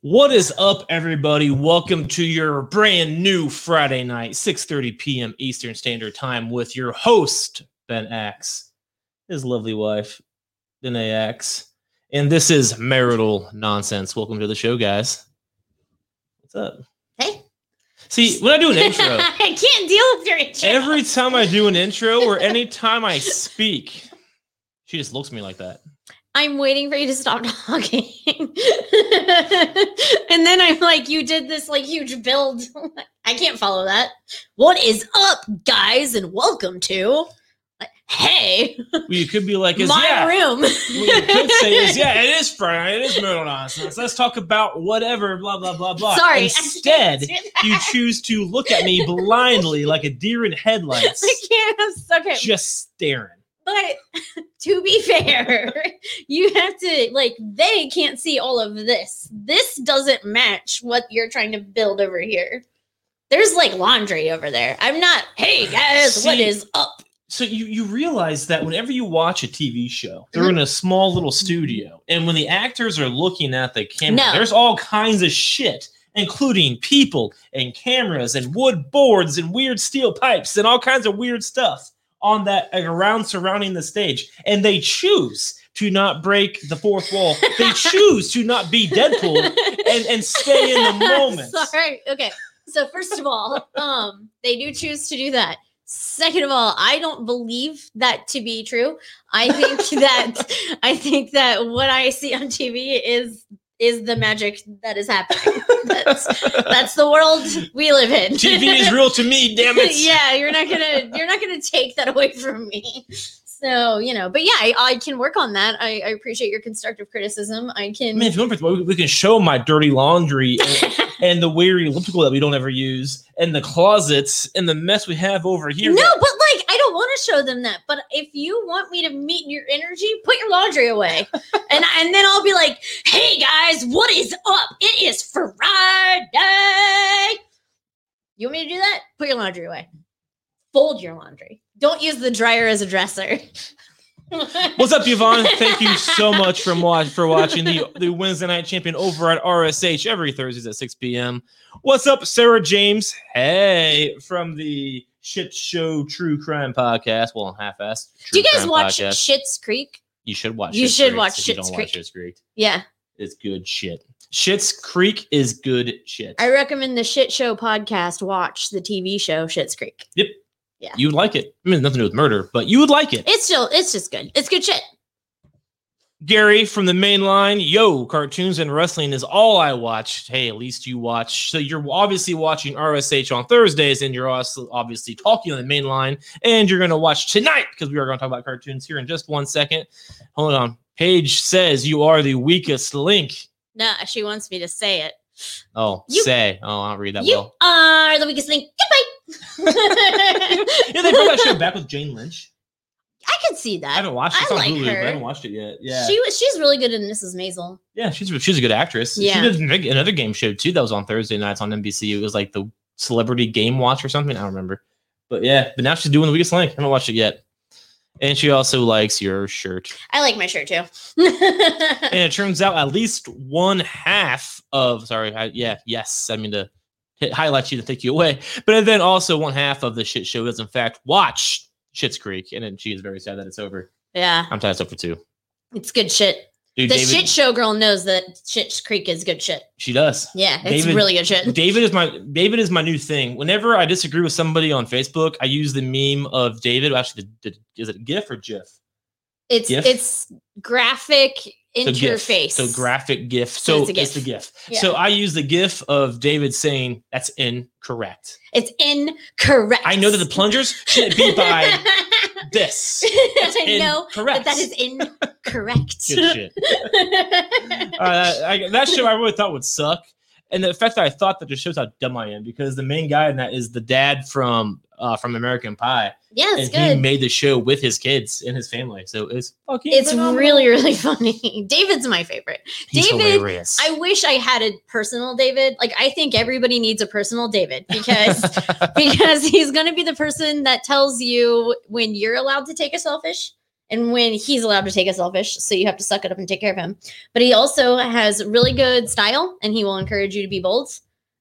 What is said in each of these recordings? What is up, everybody? Welcome to your brand new Friday night, 6:30 p.m. Eastern Standard Time, with your host Ben Axe, his lovely wife Danae Axe, and this is marital nonsense. Welcome to the show, guys. What's up? Hey. See, when I do an intro, I can't deal with your intro. every time I do an intro or any time I speak, she just looks at me like that. I'm waiting for you to stop talking. and then I'm like, you did this like huge build. I can't follow that. What is up, guys, and welcome to like, Hey, You could be like, "Is my yeah." room. what you could say is, yeah, it is Friday. It is marital nonsense. Let's talk about whatever, blah, blah, blah, blah. Sorry. I Instead, can't do you that. choose to look at me blindly like a deer in headlights, I can't. I'm stuck at just staring. But to be fair, you have to like they can't see all of this. This doesn't match what you're trying to build over here. There's like laundry over there. I'm not, hey guys, what See- is up? So you, you realize that whenever you watch a TV show, they're Mm-hmm. in a small little studio. And when the actors are looking at the camera, No. there's all kinds of shit, including people and cameras and wood boards and weird steel pipes and all kinds of weird stuff on that around surrounding the stage. And they choose to not break the fourth wall. they choose to not be Deadpool and, and stay in the moment. Sorry. Okay. So first of all, um, they do choose to do that. Second of all, I don't believe that to be true. I think that I think that what I see on TV is is the magic that is happening. That's that's the world we live in. TV is real to me, damn it. yeah, you're not gonna you're not gonna take that away from me. So you know, but yeah, I, I can work on that. I, I appreciate your constructive criticism. I I can. mean, if you want, for- we- we can show my dirty laundry and, and the weary elliptical that we don't ever use, and the closets and the mess we have over here. No, but like I don't want to show them that. But if you want me to meet your energy, put your laundry away, and and then I'll be like, "Hey guys, what is up? It is Friday." You want me to do that? Put your laundry away. Fold your laundry. Don't use the dryer as a dresser. What's up, Yvonne? Thank you so much from watch for watching the, the Wednesday Night Champion over at RSH every Thursdays at 6 p.m. What's up, Sarah James? Hey, from the Shit Show True Crime Podcast. Well, half-assed. do you True guys Crime watch podcast. Shit's Creek? You should watch. You Schitt's should Creek watch if you Schitt's don't Creek. Watch Shit's Creek. Yeah, It's good shit. Shit's Creek is good shit. I recommend the Shit Show podcast. Watch the TV show Shit's Creek. you would like it. I mean, nothing to do with murder, but you would like it. It's still, it's just good. It's good shit. Gary from the main line, yo, cartoons and wrestling is all I watch. Hey, at least you watch. So you're obviously watching RSH on Thursdays, and you're also obviously talking on the main line, and you're going to watch tonight because we are going to talk about cartoons here in just one second. Hold on. Paige says you are the weakest link. No, she wants me to say it. Oh, You- say. Oh, I don't read that you well. are the weakest link. Goodbye. Yeah, they brought that show back with Jane Lynch. I can see I that. haven't watched it. It's I on like Hulu, but her. I haven't watched it yet. Yeah. She was. She's really good in Mrs. Maisel. Yeah, she's she's a good actress. Yeah. She did an- another game show too that was on Thursday nights on NBC. It was like the Celebrity Game Watch or something. I don't remember. But yeah, but now she's doing the weakest link. I haven't watched it yet. And she also likes your shirt. I like my shirt too. And it turns out at least one half of sorry, I, yeah, yes, I mean to hit, highlight you to take you away, but then also one half of the shit show does in fact watch Shit's Creek, and then she is very sad that it's over. yeah, I'm tied up for two. it's good shit. Dude, The David, shit show girl knows that Shit's Creek is good shit. she does. Yeah, it's David- really good shit. David is my David is my new thing. Whenever I disagree with somebody on Facebook, I use the meme of David. Actually, the, the, is it GIF or GIF? It's GIF? it's graphic So GIF. interface. So graphic GIF. So, So it's, it's a GIF. the GIF. Yeah. So I use the GIF of David saying that's incorrect. it's incorrect. I know that the plungers shouldn't be by this. I know correct. that that is incorrect. good shit. uh, I, that show I really thought would suck. And the fact that I thought that just shows how dumb I am because the main guy in that is the dad from uh, from American Pie, Yeah, it's and he good. made the show with his kids and his family. So it's fucking. It's phenomenal. really, really funny. David's my favorite. He's David, hilarious. I wish I had a personal David. Like I think everybody needs a personal David because because he's going to be the person that tells you when you're allowed to take a selfish and when he's allowed to take a selfish. So you have to suck it up and take care of him. But he also has really good style and he will encourage you to be bold.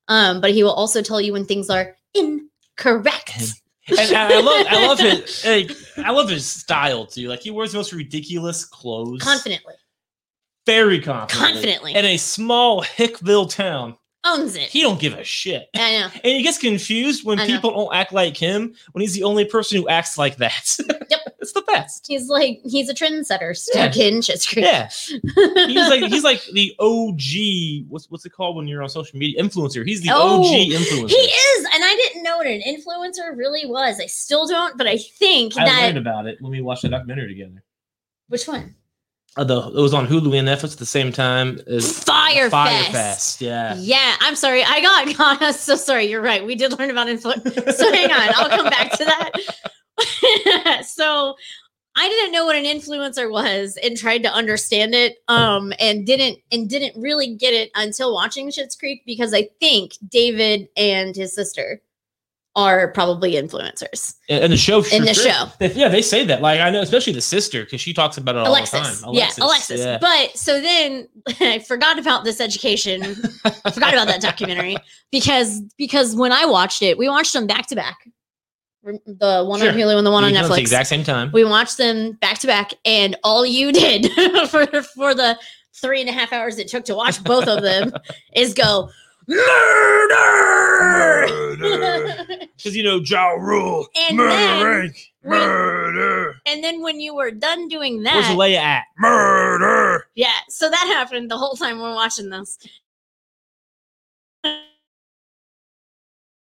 Um, but he will also tell you when things are incorrect. and, and I love, I love his, like, I love his style too. Like he wears the most ridiculous clothes, Confidently. very confident, Confidently. in a small Hickville town. Owns it. He don't give a shit. I know. And he gets confused when I know. people don't act like him when he's the only person who acts like that. Yep. it's the best. He's like he's a trendsetter stuck in Schitt's Creek. Yeah. He's like he's like the OG. What's what's it called when you're on social media? Influencer. He's the Oh, OG influencer. He is, and I didn't know what an influencer really was. I still don't, but I think I that learned about it when we watched the documentary together. which one? Uh, the, it was on Hulu and Netflix at the same time as Fire, Firefest, Fest. Yeah. Yeah, I'm sorry. I got caught. I'm so sorry. You're right. We did learn about influencer. So hang on, I'll come back to that. so I didn't know what an influencer was and tried to understand it. Um, and didn't and didn't really get it until watching Schitt's Creek because I think David and his sister are probably influencers. In in the show. In the sure. show. They- yeah, they say that. Like I know, especially the sister, because she talks about it all Alexis. the time. Yeah, Alexis. yeah. But so then I forgot about this education. I forgot about that documentary because because when I watched it, we watched them back to back. Rem- The one Sure. on Hulu and the one on We did it at Netflix. the exact same time. We watched them back to back, and all you did for for the three and a half hours it took to watch both of them is go murder. Because you know, Ja Rule. And murder then- Inc. when- Murder. and then when you were done doing Where's that, Leia at? Murder. Yeah, so that happened the whole time we're watching this.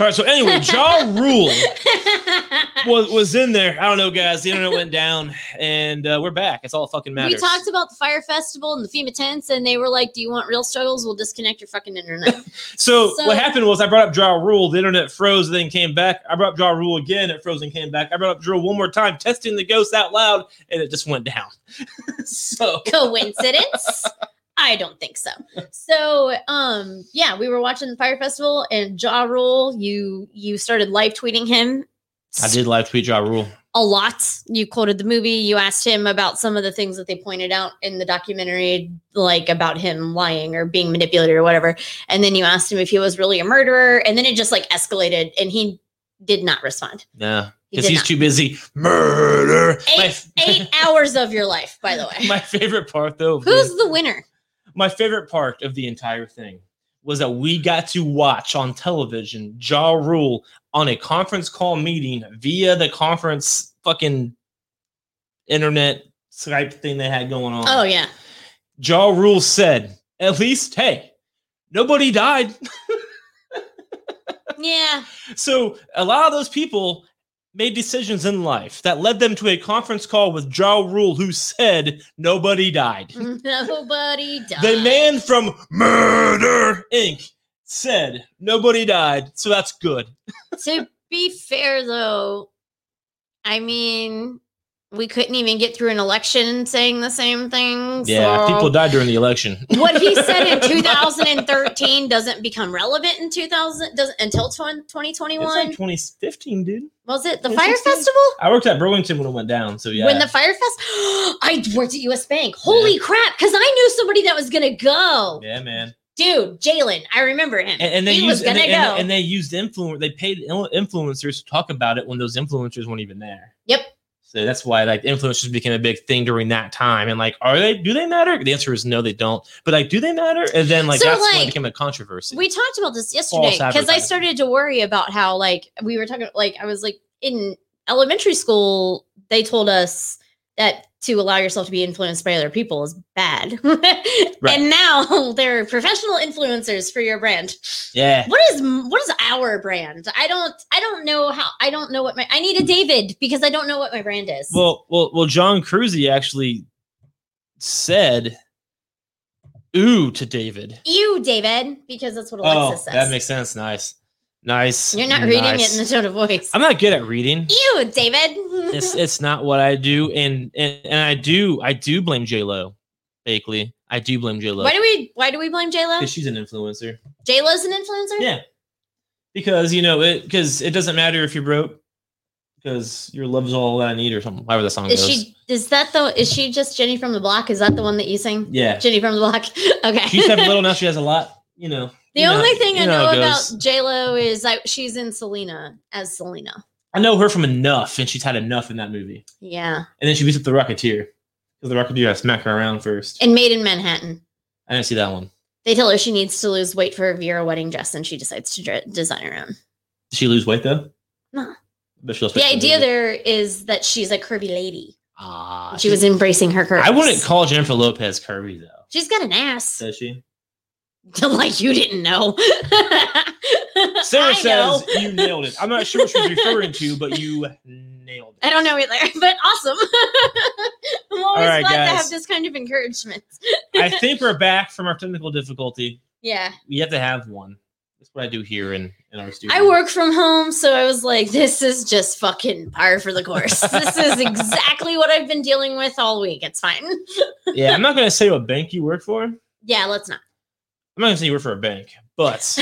All right. So anyway, Jaw Rule was, was in there. I don't know, guys. The internet went down, and uh, we're back. It's all that fucking matters. We talked about the fire festival and the FEMA tents, and they were like, "Do you want real struggles? We'll disconnect your fucking internet." so, so- what happened was I brought up Jaw Rule. The internet froze, and then came back. I brought up Jaw Rule again. It froze and came back. I brought up Jaw Rule one more time, testing the ghost out loud, and it just went down. so Coincidence? I don't think so. So, um, yeah, we were watching the fire festival, and Jaw Rule, you you started live tweeting him. I did live tweet Jaw Rule. a lot. You quoted the movie. You asked him about some of the things that they pointed out in the documentary, like about him lying or being manipulated or whatever. And then you asked him if he was really a murderer. And then it just like escalated and he did not respond. Yeah, He because did he's not. too busy murder. My Eight, f- eight hours of your life, by the way. My favorite part, though, of Who's the winner? my favorite part of the entire thing was that we got to watch on television Jaw Rule on a conference call meeting via the conference fucking internet Skype thing they had going on. Oh, yeah. Jaw Rule said, at least, hey, nobody died. Yeah. So a lot of those people made decisions in life that led them to a conference call with Jaw Rule who said nobody died. Nobody died. The man from Murder Inc. said nobody died, so that's good. to be fair, though, I mean, we couldn't even get through an election saying the same thing. so- died during the election. what he said in 2013 doesn't become relevant in 2000 doesn't until 20, It's 2021 like 2015, dude. was it the it's fire 16? festival I worked at Burlington when it went down, so yeah. when the fire fest i worked at us bank holy crap because i knew somebody that was gonna go yeah, man, dude jalen i remember him and, and they he was used and gonna they, go and, and they used influence. They paid influ- influencers to talk about it when those influencers weren't even there. Yep. So that's why like influencers became a big thing during that time. And like, are they? Do they matter? The answer is no, they don't. But like, do they matter? And then like So, that's when it like, became a controversy. we talked about this yesterday because I advertising. started to worry about how like we were talking like I was like in elementary school they told us that to allow yourself to be influenced by other people is bad. And now they're professional influencers for your brand. yeah. What is what is our brand? I don't I don't know how I don't know what my I need a David because I don't know what my brand is. Well, well, well. John Cruzy actually said, "Ooh" to David. Oh, you David because that's what Alexa says. that makes sense. Nice, nice. You're not reading it nice. in the tone of voice. I'm not good at reading. you David. It's it's not what I do, and and, and I do I do blame J Lo, Bakley. I do blame J Lo Why do we why do we blame J Lo? because she's an influencer. J Lo's an influencer. Yeah, because you know it because it doesn't matter if you're broke because your love's all that I need or something. However the song Is goes. she? Is that the? Is she just Jenny from the Block? Is that the one that you sing? yeah, Jenny from the Block. Okay. she used to have little. Now she has a lot. You know. the you know- only thing you I how know it about goes. J Lo is I, she's in Selena as Selena. I know her from Enough, and she's had enough in that movie. Yeah, And then she beats up the Rocketeer because the Rocketeer has to smack her around first. and Made in Manhattan. I didn't see that one. They tell her she needs to lose weight for her Vera wedding dress, and she decides to dre- design her own. Did she lose weight though? No. But she lost The weight for idea movie. there is that she's a curvy lady. ah, She was embracing her curves. I wouldn't call Jennifer Lopez curvy though. She's got an ass. Does she? like you didn't know. Sarah I says know. you nailed it. I'm not sure what she's referring to, but you nailed it. I don't know either, but awesome. I'm always right, glad to guys. have this kind of encouragement. I think we're back from our technical difficulty. Yeah. We have to have one. That's what I do here in, in our studio. I work from home, so I was like, this is just fucking par for the course. this is exactly what I've been dealing with all week. It's fine. Yeah, I'm not gonna say what bank you work for. I'm Yeah, let's not. not gonna say you work for a bank, but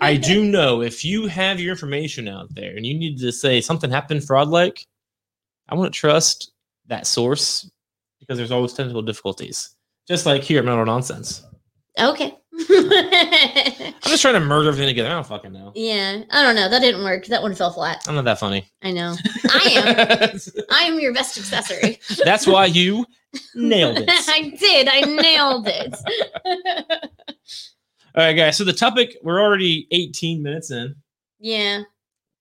I do know if you have your information out there and you need to say something happened fraud like, I wouldn't trust that source because there's always technical difficulties. Just like here at Metal Nonsense. Okay. I'm just trying to merge everything together. I don't fucking know. yeah, I don't know. That didn't work. That one fell flat. I'm not that funny. I know. I am. I am your best accessory. That's why you nailed it. I did. I nailed it. All right, guys. So the topic, we're already 18 minutes in. yeah.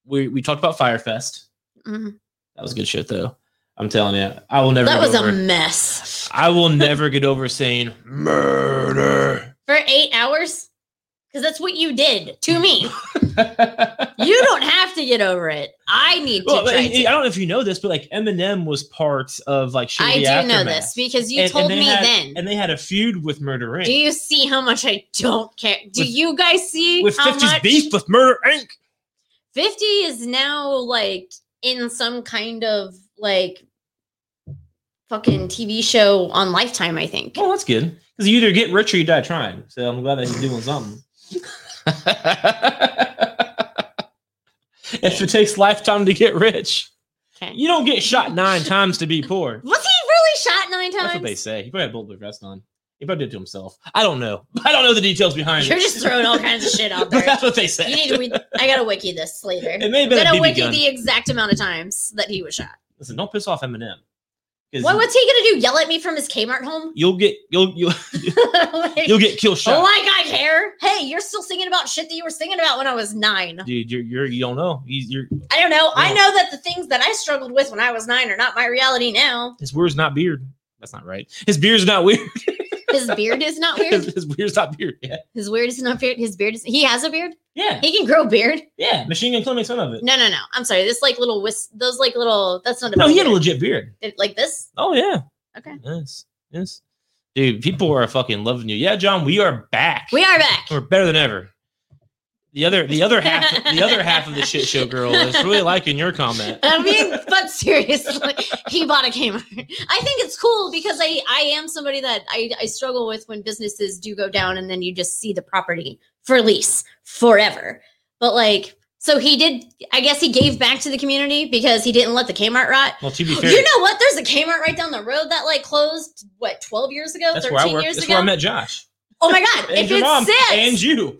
We we talked about Firefest. Mhm. That was good shit though. I'm telling you. I will never That get was over- a mess I will never get over saying murder. for eight hours because that's what you did to me. you don't have to get over it. I need to. Well, try I, I to. don't know if you know this, but like Eminem was part of like Shady I do know Aftermath. this because you And- and told they me had- then. And they had a feud with Murder Inc. do you see how much I don't care? Do With- you guys see with how 50's much beef with Murder Inc. 50 is now like in some kind of like fucking TV show on Lifetime, I think. Well, that's good. Because you either get rich or you die trying. So I'm glad that he's doing something. if it takes lifetime to get rich, Okay. you don't get shot nine times to be poor. Was he really shot nine times? That's what they say. He probably had bulletproof vest on. He probably did it to himself. I don't know. I don't know the details behind You're it. just throwing all kinds of shit but out there. that's what they You say. need to. Re- I gotta wiki this later. It may have I'm been a gonna BB wiki gun. the exact amount of times that he was shot. Listen, don't piss off Eminem. 'Cause What, what's he gonna do? Yell at me from his Kmart home? You'll get you'll you'll Like, you'll get kill shot. Oh my god, hair! Hey, you're still singing about shit that you were singing about when I was nine. Dude, you're, you're you don't know. You- You're I don't know. I Yeah. know that the things that I struggled with when I was nine are not my reality now. his beard's not beard. That's not right. His beard's not weird. His beard is not his, weird. his beard's not beard. Yeah. His beard is not beard. His beard is. He has a beard. Yeah. He can grow beard. Yeah. Machine Gun Kelly makes fun of it. No, no, no. I'm sorry. This like little whis. Those like little. That's not. No, about he had a beard. legit beard. It- like this. Oh yeah. Okay. Yes. Yes. Dude, people are fucking loving you. Yeah, John, we are back. We are back. We're better than ever. The other the other half the other half of the shit show girl is really liking your comment. I mean, but seriously, he bought a Kmart. I think it's cool because I I am somebody that I I struggle with when businesses do go down and then you just see the property for lease forever. But like, so he did. I guess he gave back to the community because he didn't let the Kmart rot. Well, to be fair, You know what? There's a Kmart right down the road that like closed what 12 years ago, that's where I 13 work. years That's ago. where I met Josh. oh my god! And if your it mom and sits you.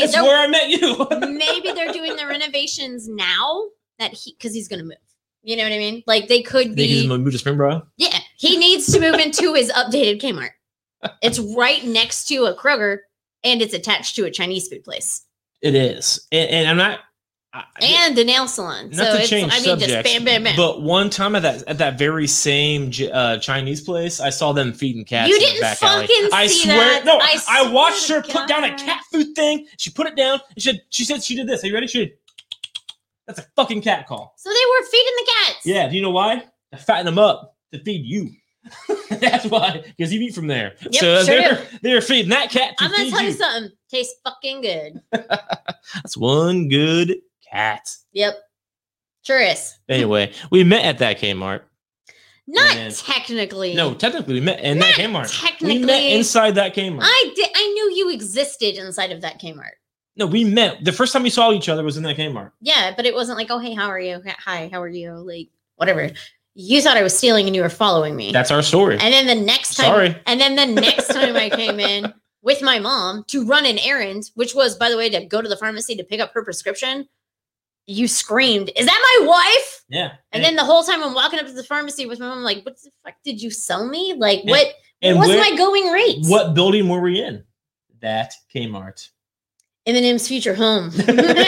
That's they're- where I met you. maybe they're doing the renovations now that he because he's gonna move. You know what I mean? Like they could Think he's be. gonna move to Springboro? Yeah, he needs to move into his updated Kmart. It's right next to a Kroger, and it's attached to a Chinese food place It is. And, and I'm not I, and a nail salon. Not so to it's, change I mean, just subjects, bam, bam, bam. but one time at that at that very same J- uh, Chinese place, I saw them feeding cats. You in the didn't back alley. fucking I see swear, that. No, I I, swear watched to her put down a God. cat food thing. She put it down. And she said, she said she did this. Are you ready? She did. That's a fucking cat call. so they were feeding the cats. Yeah. Do you know why? To fatten them up to feed you. That's why, because you eat from there. Yep, so sure they're they're feeding that cat to I'm gonna feed tell you you. something. Tastes fucking good. That's one good cat. Yep, sure is. Anyway, we met at that Kmart. Not Man. technically. No, technically we met in that Kmart. We met technically. inside that Kmart. I did. I knew you existed inside of that Kmart. No, we met. The first time we saw each other was in that Kmart. Yeah, but it wasn't like, oh hey, how are you? H- Hi, how are you? Like whatever. You thought I was stealing and you were following me. That's our story. and then the next time Sorry. and then the next time I came in with my mom to run an errand, which was by the way to go to the pharmacy to pick up her prescription, you screamed, "Is that my wife?" Yeah. And then the whole time I'm walking up to the pharmacy with my mom, like, what the fuck did you sell me? Like, And- what, and what was where- my going rate? what building were we in? That Kmart. Eminem's future home.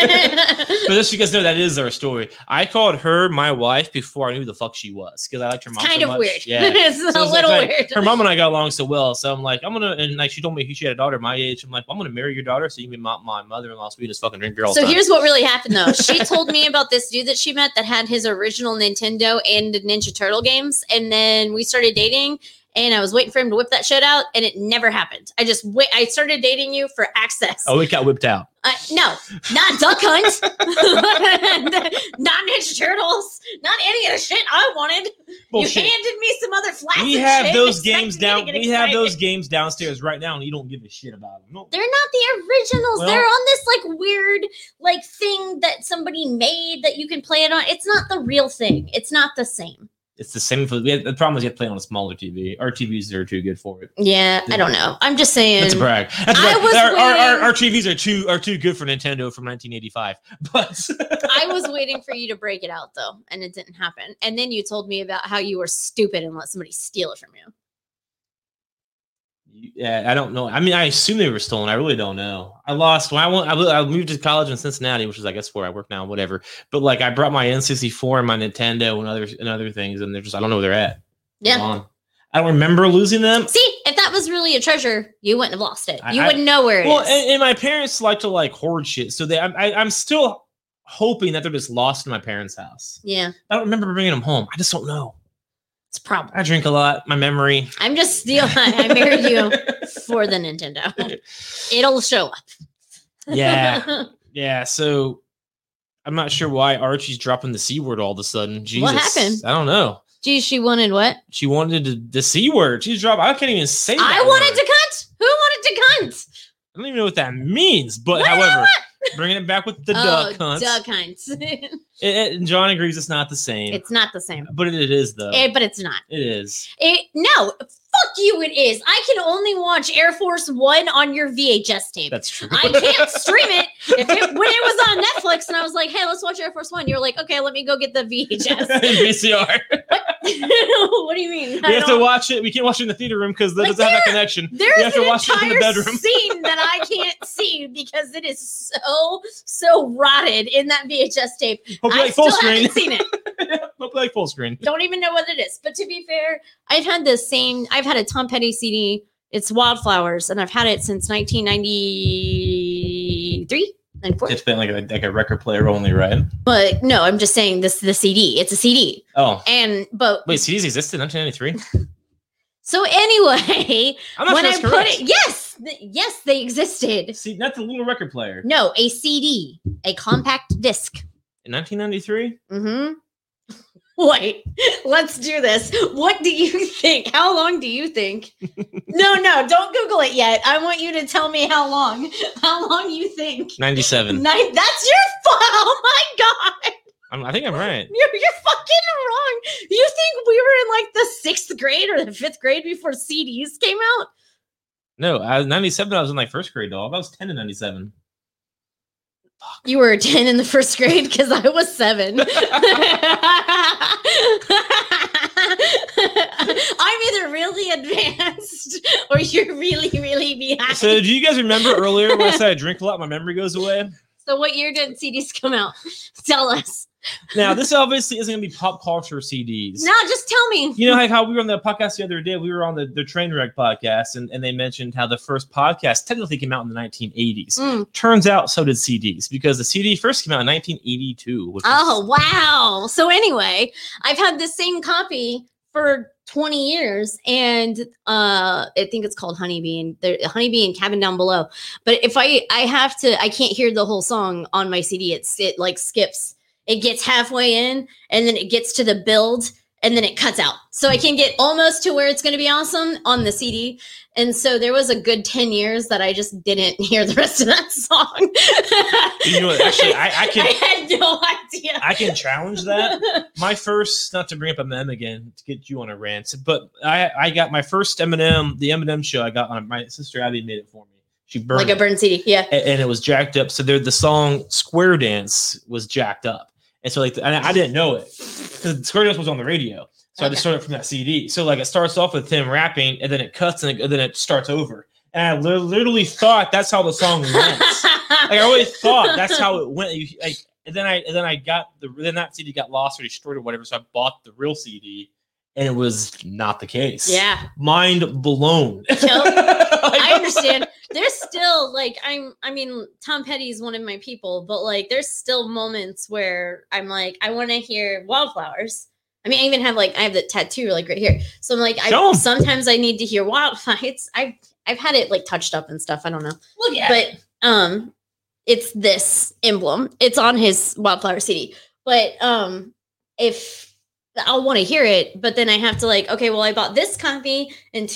But just because no, that is our story. I called her my wife before I knew who the fuck she was because I liked her mom. kind so of much. weird. Yeah. it's So a it's like, little like, weird. Her mom and I got along so well, so I'm like, I'm gonna and like she told me she had a daughter my age. I'm like, I'm gonna marry your daughter so you can be my, my mother-in-law. So we just fucking drink beer all the So time. here's what really happened though. She told me about this dude that she met that had his original Nintendo and the Ninja Turtle games. And then we started dating and I was waiting for him to whip that shit out and it never happened. I just wait I started dating you for access. oh, it got whipped out. Uh, no, not Duck Hunt, not Ninja Turtles, not any of the shit I wanted. Bullshit. You handed me some other flash. we have those games down. We have those games downstairs right now, and you don't give a shit about them. No. They're not the originals. Well- They're on this like weird like thing that somebody made that you can play it on. It's not the real thing. It's not the same. It's the same for the problem is you have to play on a smaller TV. Our TVs are too good for it. Yeah, I don't know. I'm just saying. That's a brag. That's a I brag. was our, our, our, wearing- our TVs are too are too good for Nintendo from 1985. But I was waiting for you to break it out though, and it didn't happen. And then you told me about how you were stupid and let somebody steal it from you. yeah, I don't know. I mean, I assume they were stolen. I really don't know. I lost when I went. I li- I moved to college in Cincinnati, which is I guess where I work now. Whatever. But like, I brought my N64 and my Nintendo and other and other things, and they're just I don't know where they're at. They're Yeah. gone. I don't remember losing them. See, if that was really a treasure, you wouldn't have lost it. I- You I- wouldn't know where it is. Well, and, and my parents like to like hoard shit, so they I, I, I'm still hoping that they're just lost in my parents' house. yeah, I don't remember bringing them home. I just don't know. it's a problem. I drink a lot. My memory. I'm just stealing. I married you for the Nintendo. It'll show up. Yeah, yeah. So I'm not sure why Archie's dropping the c word all of a sudden. Jesus, What happened? I don't know. Geez, she wanted what? She wanted the, the c word. She's dropping. I can't even say. I that wanted word. to cunt. Who wanted to cunt? I don't even know what that means. But What? Oh, however, bringing it back with the duck hunt. duck hunts. and John agrees it's not the same. it's not the same. but it, it is though. Eh, but it's not. it is. It no. Fuck you. It is. I can only watch Air Force One on your VHS tape. That's true. I can't stream it. If it. When it was on Netflix and I was like, hey, let's watch Air Force One, you're like, okay, let me go get the VHS. VCR. what do you mean? I We have to don't- watch it. We can't watch it in the theater room because that Like doesn't have that there- connection. There You is have to an watch it in the entire bedroom. scene that I can't see because it is so, so rotted in that VHS tape. Hope you I like full still screen. haven't seen it. Hope you like full screen. Don't even know what it is. But to be fair, I've had the same. I've had a Tom Petty CD. It's Wildflowers, and I've had it since 1993, 94. been like a, like a record player only, right? But no, I'm just saying this. The CD. It's a CD. Oh. And but Wait, CDs existed in 1993? so anyway, I'm not when sure I that's put correct. it, yes, th- yes, they existed. See, not the little record player. No, a CD, a compact disc. In 1993? Mm-hmm. Wait, let's do this. What do you think? How long do you think? no, no, don't Google it yet. I want you to tell me how long. How long you think? 97. Nine, that's your fault. Oh my god, I'm, I think I'm right. you're, you're fucking wrong. You think we were in like the sixth grade or the fifth grade before CDs came out? No, I, 97, I was in like first grade, dog. I was 10 in 97. You were 10 in the first grade because I was seven. I'm either really advanced or you're really, really behind. So, So, do you guys remember earlier when I said I drink a lot, my memory goes away? what year did CDs come out? Tell us. Now, this obviously isn't going to be pop culture CDs. No, just tell me. You know like how we were on the podcast the other day. We were on the, the Trainwreck podcast, and, and they mentioned how the first podcast technically came out in the 1980s. Mm. Turns out, so did CDs because the CD first came out in 1982. Which is- Oh, wow. So, anyway, I've had the same copy for 20 years and uh i think it's called honeybee and the honeybee and cabin down below but if i i have to i can't hear the whole song on my cd it's it like skips it gets halfway in and then it gets to the build and then it cuts out so i can get almost to where it's going to be awesome on the cd and so there was a good 10 years that i just didn't hear the rest of that song You know what? Actually, I- I can- i had no idea I can challenge that. My first, not to bring up Eminem again, to get you on a rant, but I I got my first Eminem, the Eminem show. I got on my sister Abby made it for me. She burned like a it. burn cd yeah a- and it was jacked up. So there, the song Square Dance was jacked up, and so like, and I, I didn't know it because Square Dance was on the radio. So I just started from that CD. So like, it starts off with him rapping, and then it cuts, and, it- and then it starts over. And I li- literally thought that's how the song went. like I always thought that's how it went. You, like, and then I and then I got the then that CD got lost or destroyed or whatever. So I bought the real CD, and it was not the case. yeah mind blown. I understand. There's still like I'm. I mean, Tom Petty is one of my people, but like there's still moments where I'm like, I want to hear Wildflowers. I mean, I even have like I have the tattoo like right here, so I'm like, Show I 'em. sometimes I need to hear Wildflowers. I've I've had it like touched up and stuff. I don't know, Look at but um, it's this emblem. It's on his Wildflower CD, but um, if I'll want to hear it, but then I have to like, okay, well, I bought this copy in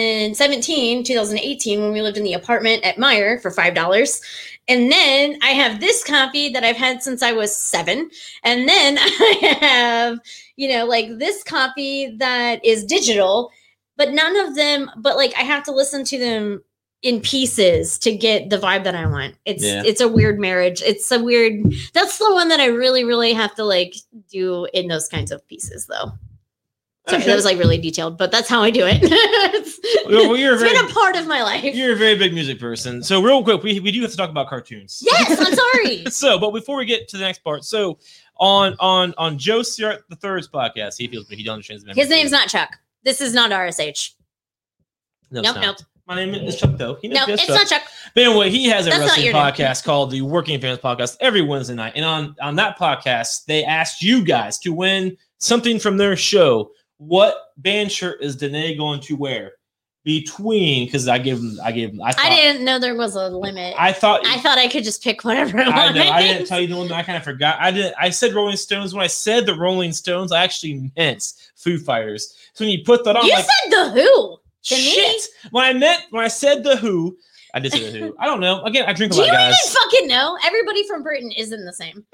2017, 2018 when we lived in the apartment at Meyer for five dollars, and then I have this copy that I've had since I was seven, and then I have you know like this copy that is digital, but none of them, but like I have to listen to them in pieces to get the vibe that I want. It's Yeah. it's a weird marriage. It's a weird. That's the one that I really really have to like do in those kinds of pieces though. Sorry, that was like really detailed, but that's how I do it. it's, well, you're it's been very- a part of my life. You're a very big music person. So real quick, we, we do have to talk about cartoons. Yes, I'm sorry. So, but before we get to the next part, so on on on Joe Sierra the third's podcast, he feels me. He don't understand His name's not Chuck. This is not RSH. No, nope, it's nope. not. My name is Chuck, though. He No, knows it's Chuck. not Chuck. But anyway, he has a That's not wrestling your name. podcast called the Working Fans Podcast every Wednesday night. And on, on that podcast, they asked you guys to win something from their show. What band shirt is Danae going to wear? Between because I gave him I gave him I, thought, I didn't know there was a limit. I, I thought thought I could just pick whatever I I, wanted. know, I didn't tell you the limit. I kind of forgot. I didn't. I said Rolling Stones. When I said the Rolling Stones, I actually meant Foo Fighters. So when you put that on, you like, said the Who. to me? shit. When I meant when I said the Who, I did say the Who. I don't know. Again, I drink a Do lot, you guys. even fucking know? Everybody from Britain isn't the same.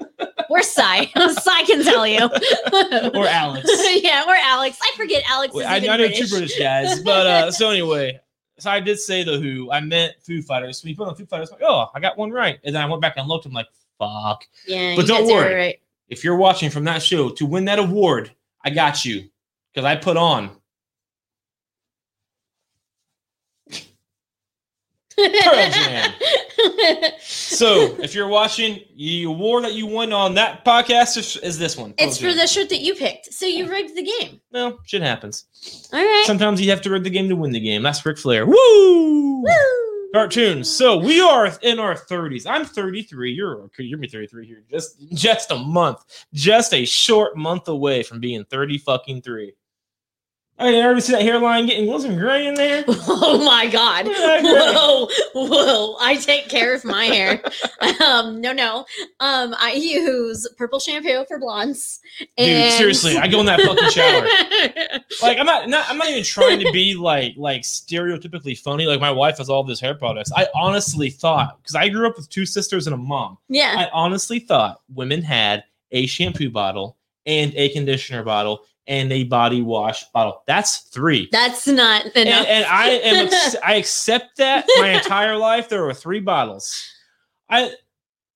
We're Cy. Cy can tell you. or Alex. yeah, we're Alex. I forget Alex Wait, is I, even I know two British. British guys, but uh, so anyway, so I did say the Who. I meant Foo Fighters. When you put on Foo Fighters, I'm like, oh, I got one right. And then I went back and looked. I'm like, fuck. Yeah, But you don't got zero worry. Right. If you're watching from that show to win that award, I got you because I put on Jam. So, if you're watching, the award that you won on that podcast is, is this one. it's Pearl for Jam. the shirt that you picked. So you rigged the game. No, shit happens. All right. Sometimes you have to rig the game to win the game. That's Ric Flair. Woo! Woo! Cartoons. So we are in our 30s. I'm 33. You're okay, you're gonna be 33 here. Just just a month, just a short month away from being 30 fucking three. I didn't ever see that hairline getting wasn't gray in there. Oh my god. Look at that gray. Whoa, whoa. I take care of my hair. um, no, no. Um, I use purple shampoo for blondes. Dude, and- seriously, I go in that fucking shower. shower. like I'm not, not I'm not even trying to be like like stereotypically funny. Like my wife has all this hair products. I honestly thought because I grew up with two sisters and a mom. yeah. I honestly thought women had a shampoo bottle and a conditioner bottle and a body wash bottle. That's three. That's not And, enough. and I am ex- I accept that my entire life there were three bottles. I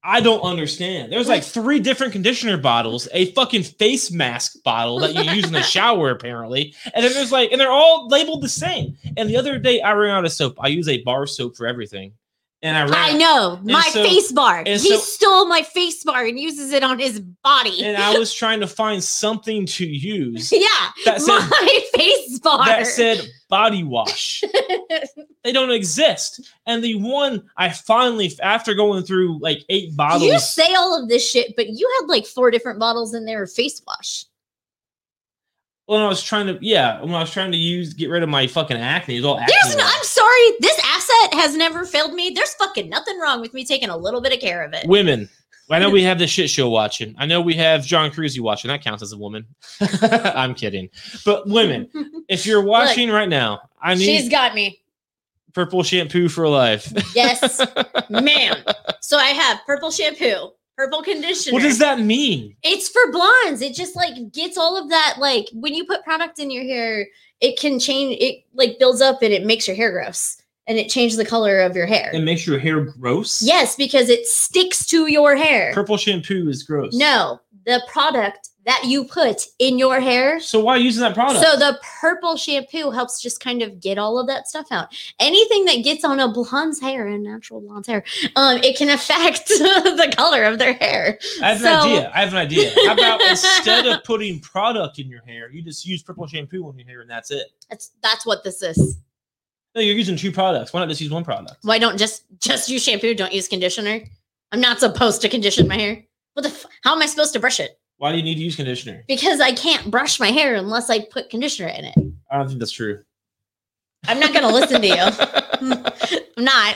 I don't understand. There's like three different conditioner bottles, a fucking face mask bottle that you use in the shower apparently, and then there's like and they're all labeled the same. And the other day I ran out of soap. I use a bar soap for everything, and I ran. I know my so- face bar. He and so- stole my face bar and uses it on his body. And I was trying to find something to use yeah, that said my face bar. that said body wash. they don't exist. And the one I finally, after going through like eight bottles, you say all of this shit, but you had like four different bottles in there of face wash. when I was trying to, yeah, when I was trying to use get rid of my fucking acne, it was all acne. There's no, oil. I'm sorry, this asset has never failed me. There's fucking nothing wrong with me taking a little bit of care of it. Women. I know we have the shit show watching. I know we have John Cruzy watching. That counts as a woman. I'm kidding. But women, if you're watching right now, I need She's got me. purple shampoo for life. Yes, ma'am. So I have purple shampoo, purple conditioner. what does that mean? It's for blondes. It just like gets all of that. Like when you put product in your hair, it can change. It like builds up and it makes your hair gross and it changes the color of your hair. It makes your hair gross. yes, because it sticks to your hair. Purple shampoo is gross. No, the product that you put in your hair. So why using that product? So the purple shampoo helps just kind of get all of that stuff out. Anything that gets on a blonde's hair and natural blonde's hair, um, it can affect the color of their hair. I have So- an idea. I have an idea. How about instead of putting product in your hair, you just use purple shampoo on your hair and that's it? That's that's what this is. No, you're using two products. Why not just use one product? why don't just just use shampoo don't use conditioner i'm not supposed to condition my hair what the f- how am i supposed to brush it Why do you need to use conditioner? because i can't brush my hair unless i put conditioner in it I don't think that's true. i'm not going to listen to you i'm not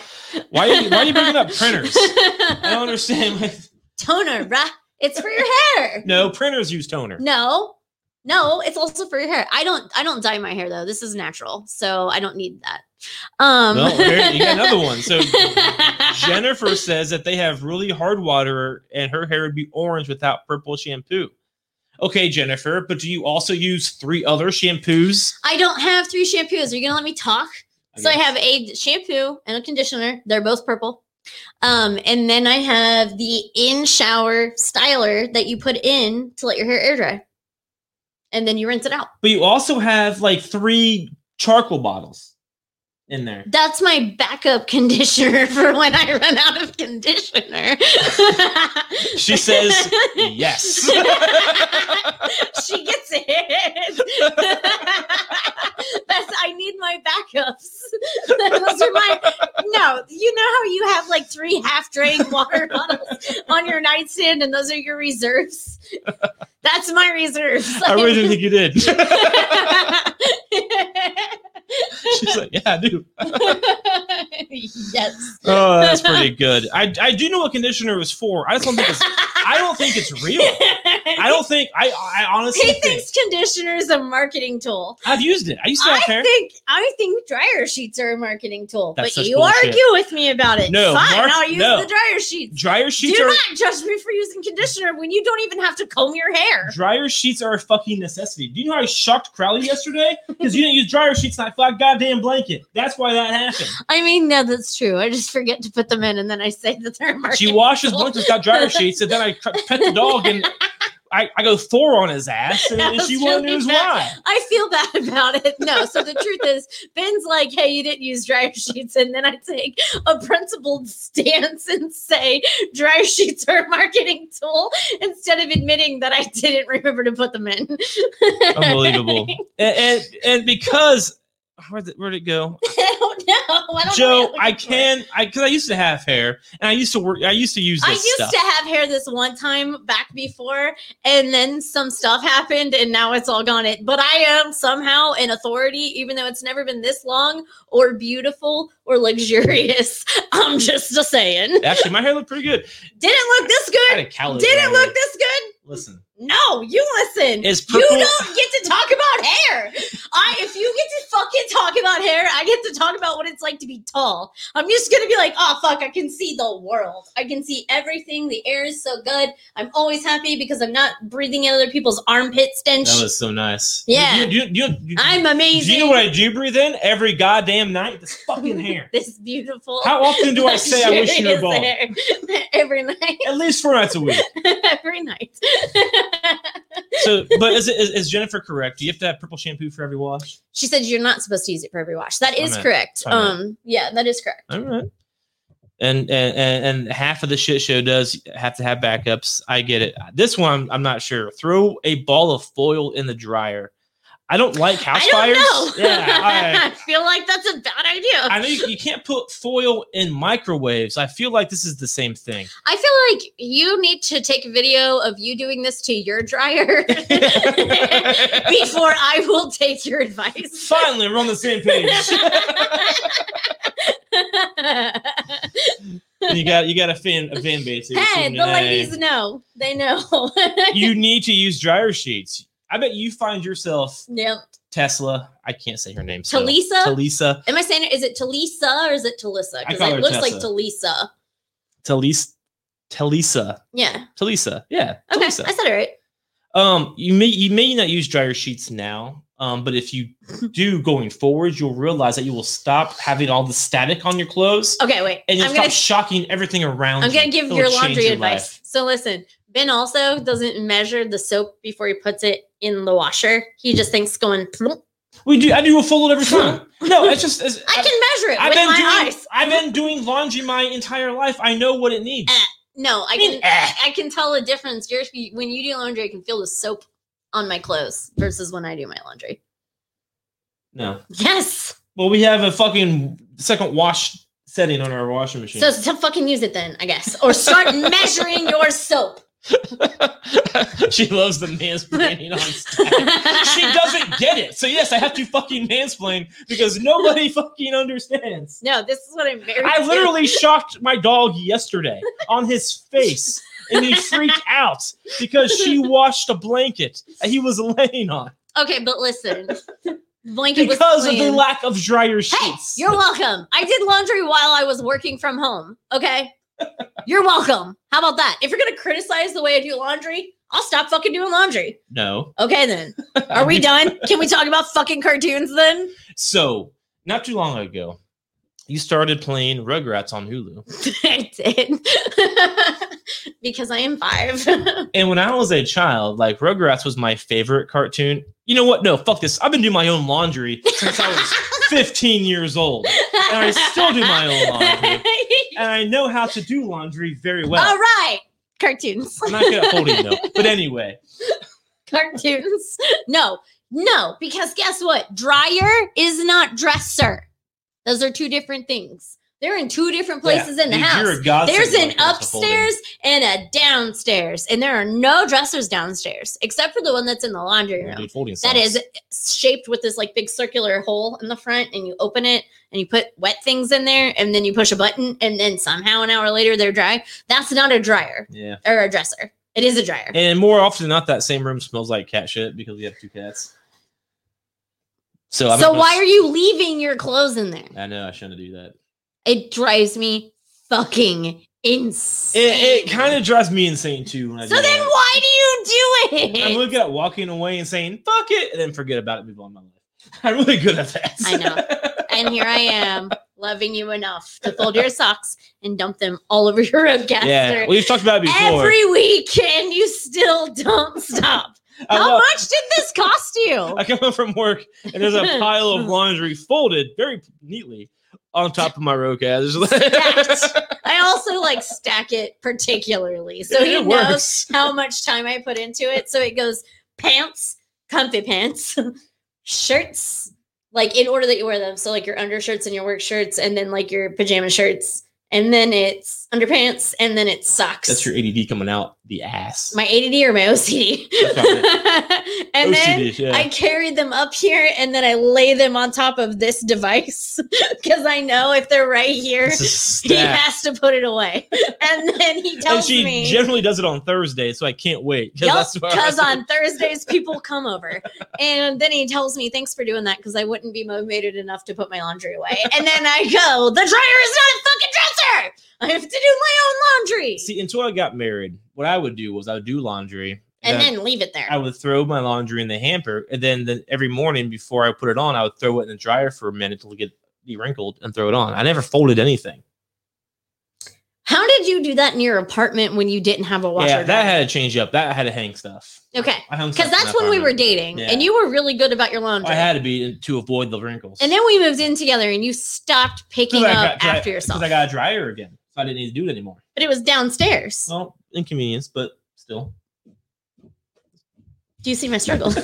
Why are you, why are you bringing up printers? I don't understand. why- toner bruh it's for your hair No, printers use toner. no no it's also for your hair i don't i don't dye my hair though this is natural so i don't need that um Well, here, you got another one. So Jennifer says that they have really hard water and her hair would be orange without purple shampoo. Okay, Jennifer, but do you also use three other shampoos? i don't have three shampoos are you going to let me talk So I Okay. have a shampoo and a conditioner. They're both purple. Um, and then I have the in shower styler that you put in to let your hair air dry. And then you rinse it out. But you also have like three charcoal bottles in there. That's my backup conditioner for when I run out of conditioner. She says yes. she gets it. backups. Those are my no. You know how you have like three half drained water bottles on your nightstand, and those are your reserves. That's my reserves. I really didn't think you did. yes. She's like, yeah, I do. Oh, that's pretty good. I, I do know what conditioner was for. I just don't think it's I don't think it's real. I don't think I I honestly He think thinks conditioner is a marketing tool. I've used it. I used to I have hair. think I think dryer sheets are a marketing tool, That's but such you bullshit. argue with me about it. No, Fine, mark- I'll use no. the dryer sheets. Dryer sheets Do are not judge me for using conditioner when you don't even have to comb your hair. dryer sheets are a fucking necessity. Do you know how I shocked Crowley yesterday? Because you didn't use dryer sheets and I thought goddamn blanket. That's why that happened. I mean, no, that's true. I just forget to put them in, and then I say that they're marketing. She washes blankets, got dryer sheets, and then I cr- pet the dog and I, I go Thor on his ass, and, That and she was really wonders why. bad. I feel bad about it. No, so the truth is, Ben's like, "Hey, you didn't use dryer sheets," and then I take a principled stance and say, "Dryer sheets are a marketing tool," instead of admitting that I didn't remember to put them in. Unbelievable. And and, and because where did, where'd it go? I don't know. I don't know Joe, what I'm I looking for. can I because I used to have hair and I used to work. I used to use this I used stuff. to have hair this one time back before, and then some stuff happened, and now it's all gone. It, but I am somehow an authority, even though it's never been this long or beautiful or luxurious. I'm just a saying. Actually, my hair looked pretty good. Didn't look this I good. had a callus. Didn't around look it. this good. Listen, No, you listen. Is You purple- don't get to talk about hair. I if you get to fucking talk about hair, I get to talk about what it's like to be tall. I'm just gonna be like, oh fuck, I can see the world. I can see everything. The air is so good. I'm always happy because I'm not breathing in other people's armpit stench. that was so nice. Yeah. You, you, you, you- I'm do amazing. you know what I do breathe in every goddamn night? This fucking hair. this beautiful. How often do I say I wish you were luxurious bald? hair. Every night. At least four nights a week. Every night. So, but is, it- is is Jennifer correct? Do you have to have purple shampoo for every wash? she said you're not supposed to use it for every wash. That I is meant- correct. I meant- Um, yeah, that is correct. All right. And and and- and half of the shit show does have to have backups. I get it. This one, I'm, I'm not sure. Throw a ball of foil in the dryer. I don't like house I don't fires. know. Yeah, I, I feel like that's a bad idea. I know you, you can't put foil in microwaves. I feel like this is the same thing. I feel like you need to take a video of you doing this to your dryer before I will take your advice. Finally, we're on the same page. hey, you got you got a fan a fan base. here the tuning in. ladies know. They know. You need to use dryer sheets. I bet you find yourself yep. Tesla. I can't say her name. still. Talisa? Talisa. Am I saying it? Is it Talisa or is it I Talisa? Because call her it looks like Tessa. Talisa. Talis, Talisa, Yeah. Talisa, yeah, Okay. Talisa. I said it right. Um, you may you may not use dryer sheets now, um, but if you do going forward, you'll realize that you will stop having all the static on your clothes, Okay, wait. and you'll I'm stop gonna shocking everything around. I'm you. gonna give It'll your change laundry your advice. life. So listen, Ben also doesn't measure the soap before he puts it in the washer. He just thinks going. "Plunk." We do. I do a fold every time. no, it's just. It's, I can measure it I've with been my doing. eyes. I've been doing laundry my entire life. I know what it needs. Eh, No, I mean, can. eh. I can tell the difference. You're, when you do laundry, I can feel the soap on my clothes versus when I do my laundry. No. Yes. Well, we have a fucking second wash setting on our washing machine. So to fucking use it then, I guess, or start measuring your soap. she loves the mansplaining on static. she doesn't get it. So yes, I have to fucking mansplain because nobody fucking understands. No, this is what I'm very. I literally shocked my dog yesterday on his face, and he freaked out because she washed a blanket that he was laying on Okay, but listen, blanket was because of the clean. lack of dryer Hey, sheets. you're welcome. I did laundry while I was working from home. Okay. You're welcome. How about that? If you're going to criticize the way I do laundry, I'll stop fucking doing laundry. no, Okay, then. Are we done? Can we talk about fucking cartoons then? So not too long ago, you started playing Rugrats on Hulu, I did. because I am five. and when I was a child, like Rugrats was my favorite cartoon. You know what? No, fuck this. I've been doing my own laundry since I was 15 years old. and I still do my own laundry. And I know how to do laundry very well. All right. Cartoons. I'm not good at folding though. But anyway, Cartoons. No, No, because guess what? Dryer is not dresser. Those are two different things. They're in two different places in the house. There's an upstairs and a downstairs, and there are no dressers downstairs except for the one that's in the laundry room. That is shaped with this like big circular hole in the front, and you open it and you put wet things in there, and then you push a button, and then somehow an hour later they're dry. That's not a dryer Yeah. or a dresser. It is a dryer. And more often than not, that same room smells like cat shit because we have two cats. So, I'm so why are you leaving your clothes in there? are I know I shouldn't do that. It drives me fucking insane. It, it kind of drives me insane too when I So do then that. why do you do I'm it? really good at walking away and saying "fuck it" and then forget about it, move on with my life. I'm really good at that. I know. and here I am, loving you enough to fold your socks and dump them all over your roadcaster yeah, we've talked about it before. every week, and you still don't stop. I, How wa- much did this cost you? I come home from work and there's a pile of laundry folded very neatly on top of my roadcaster. Stacked. I also like stack it particularly, so It he knows works. how much time I put into it. So it goes pants, comfy pants, shirts, like in order that you wear them. So like your undershirts and your work shirts, and then like your pajama shirts, and then it's underpants, and then it's socks. That's your ADD coming out the ass. my ADD or my OCD. That's and then OCD, Oh, yeah. I carry them up here and then I lay them on top of this device because I know if they're right here, This is he stacked. has to put it away. And then he and tells she me. generally does it on Thursday, so I can't wait. where I- Because on Thursdays people come over, and then he tells me, "Thanks for doing that," because I wouldn't be motivated enough to put my laundry away. And then I go, "The dryer is not a fucking dresser. I have to do my own laundry," See, until I got married, what I would do was I would do laundry, and then leave it there. I would throw my laundry in the hamper, and then the, every morning before I put it on, I would throw it in the dryer for a minute to get be wrinkled and throw it on. I never folded anything. How did you do that in your apartment when you didn't have a washer? yeah, that dryer? had to change up. That had to hang stuff. okay, I hung stuff because in that's that when we were apartment. dating, Yeah. and you were really good about your laundry. I had to be to avoid the wrinkles. and then we moved in together, and you stopped picking Because I up got- 'cause I- after yourself. because I got a dryer again, so I didn't need to do it anymore. but it was downstairs. Well, inconvenience, but still. Do you see my struggle?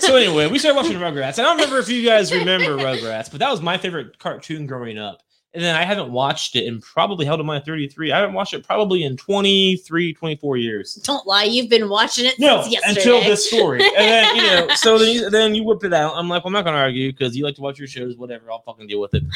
so anyway, we started watching Rugrats. I don't remember if you guys remember Rugrats, but that was my favorite cartoon growing up. And then I haven't watched it and probably held on my 33. I haven't watched it probably in 23, 24 years. Don't lie, you've been watching it No, since yesterday. until this story. And then, you know, so then you, then you whip it out. I'm like, well, I'm not going to argue because you like to watch your shows, whatever. I'll fucking deal with it.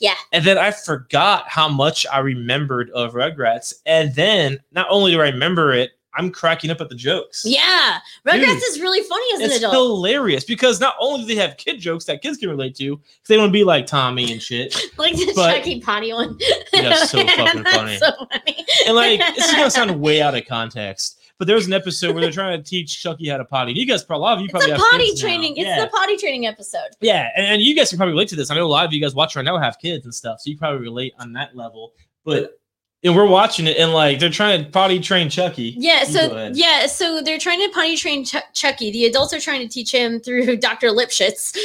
Yeah. And then I forgot how much I remembered of Rugrats. And then not only do I remember it, I'm cracking up at the jokes. Yeah, Rugrats Dude. is really funny as It's an adult. hilarious because not only do they have kid jokes that kids can relate to, 'cause they want to be like Tommy and shit, like the but- Chucky Potty one. That's so Yeah, fucking that's funny. so funny. and like this is gonna sound way out of context. But there's an episode where they're trying to teach Chucky how to potty. You guys probably, a lot of you It's probably a have potty kids now. training. It's yeah. the potty training episode. yeah, and, and you guys can probably relate to this. I know a lot of you guys watch right now have kids and stuff, so you probably relate on that level. But and we're watching it, and like they're trying to potty train Chucky. Yeah, You go so ahead. yeah, so they're trying to potty train Ch- Chucky. The adults are trying to teach him through Dr. Lipschitz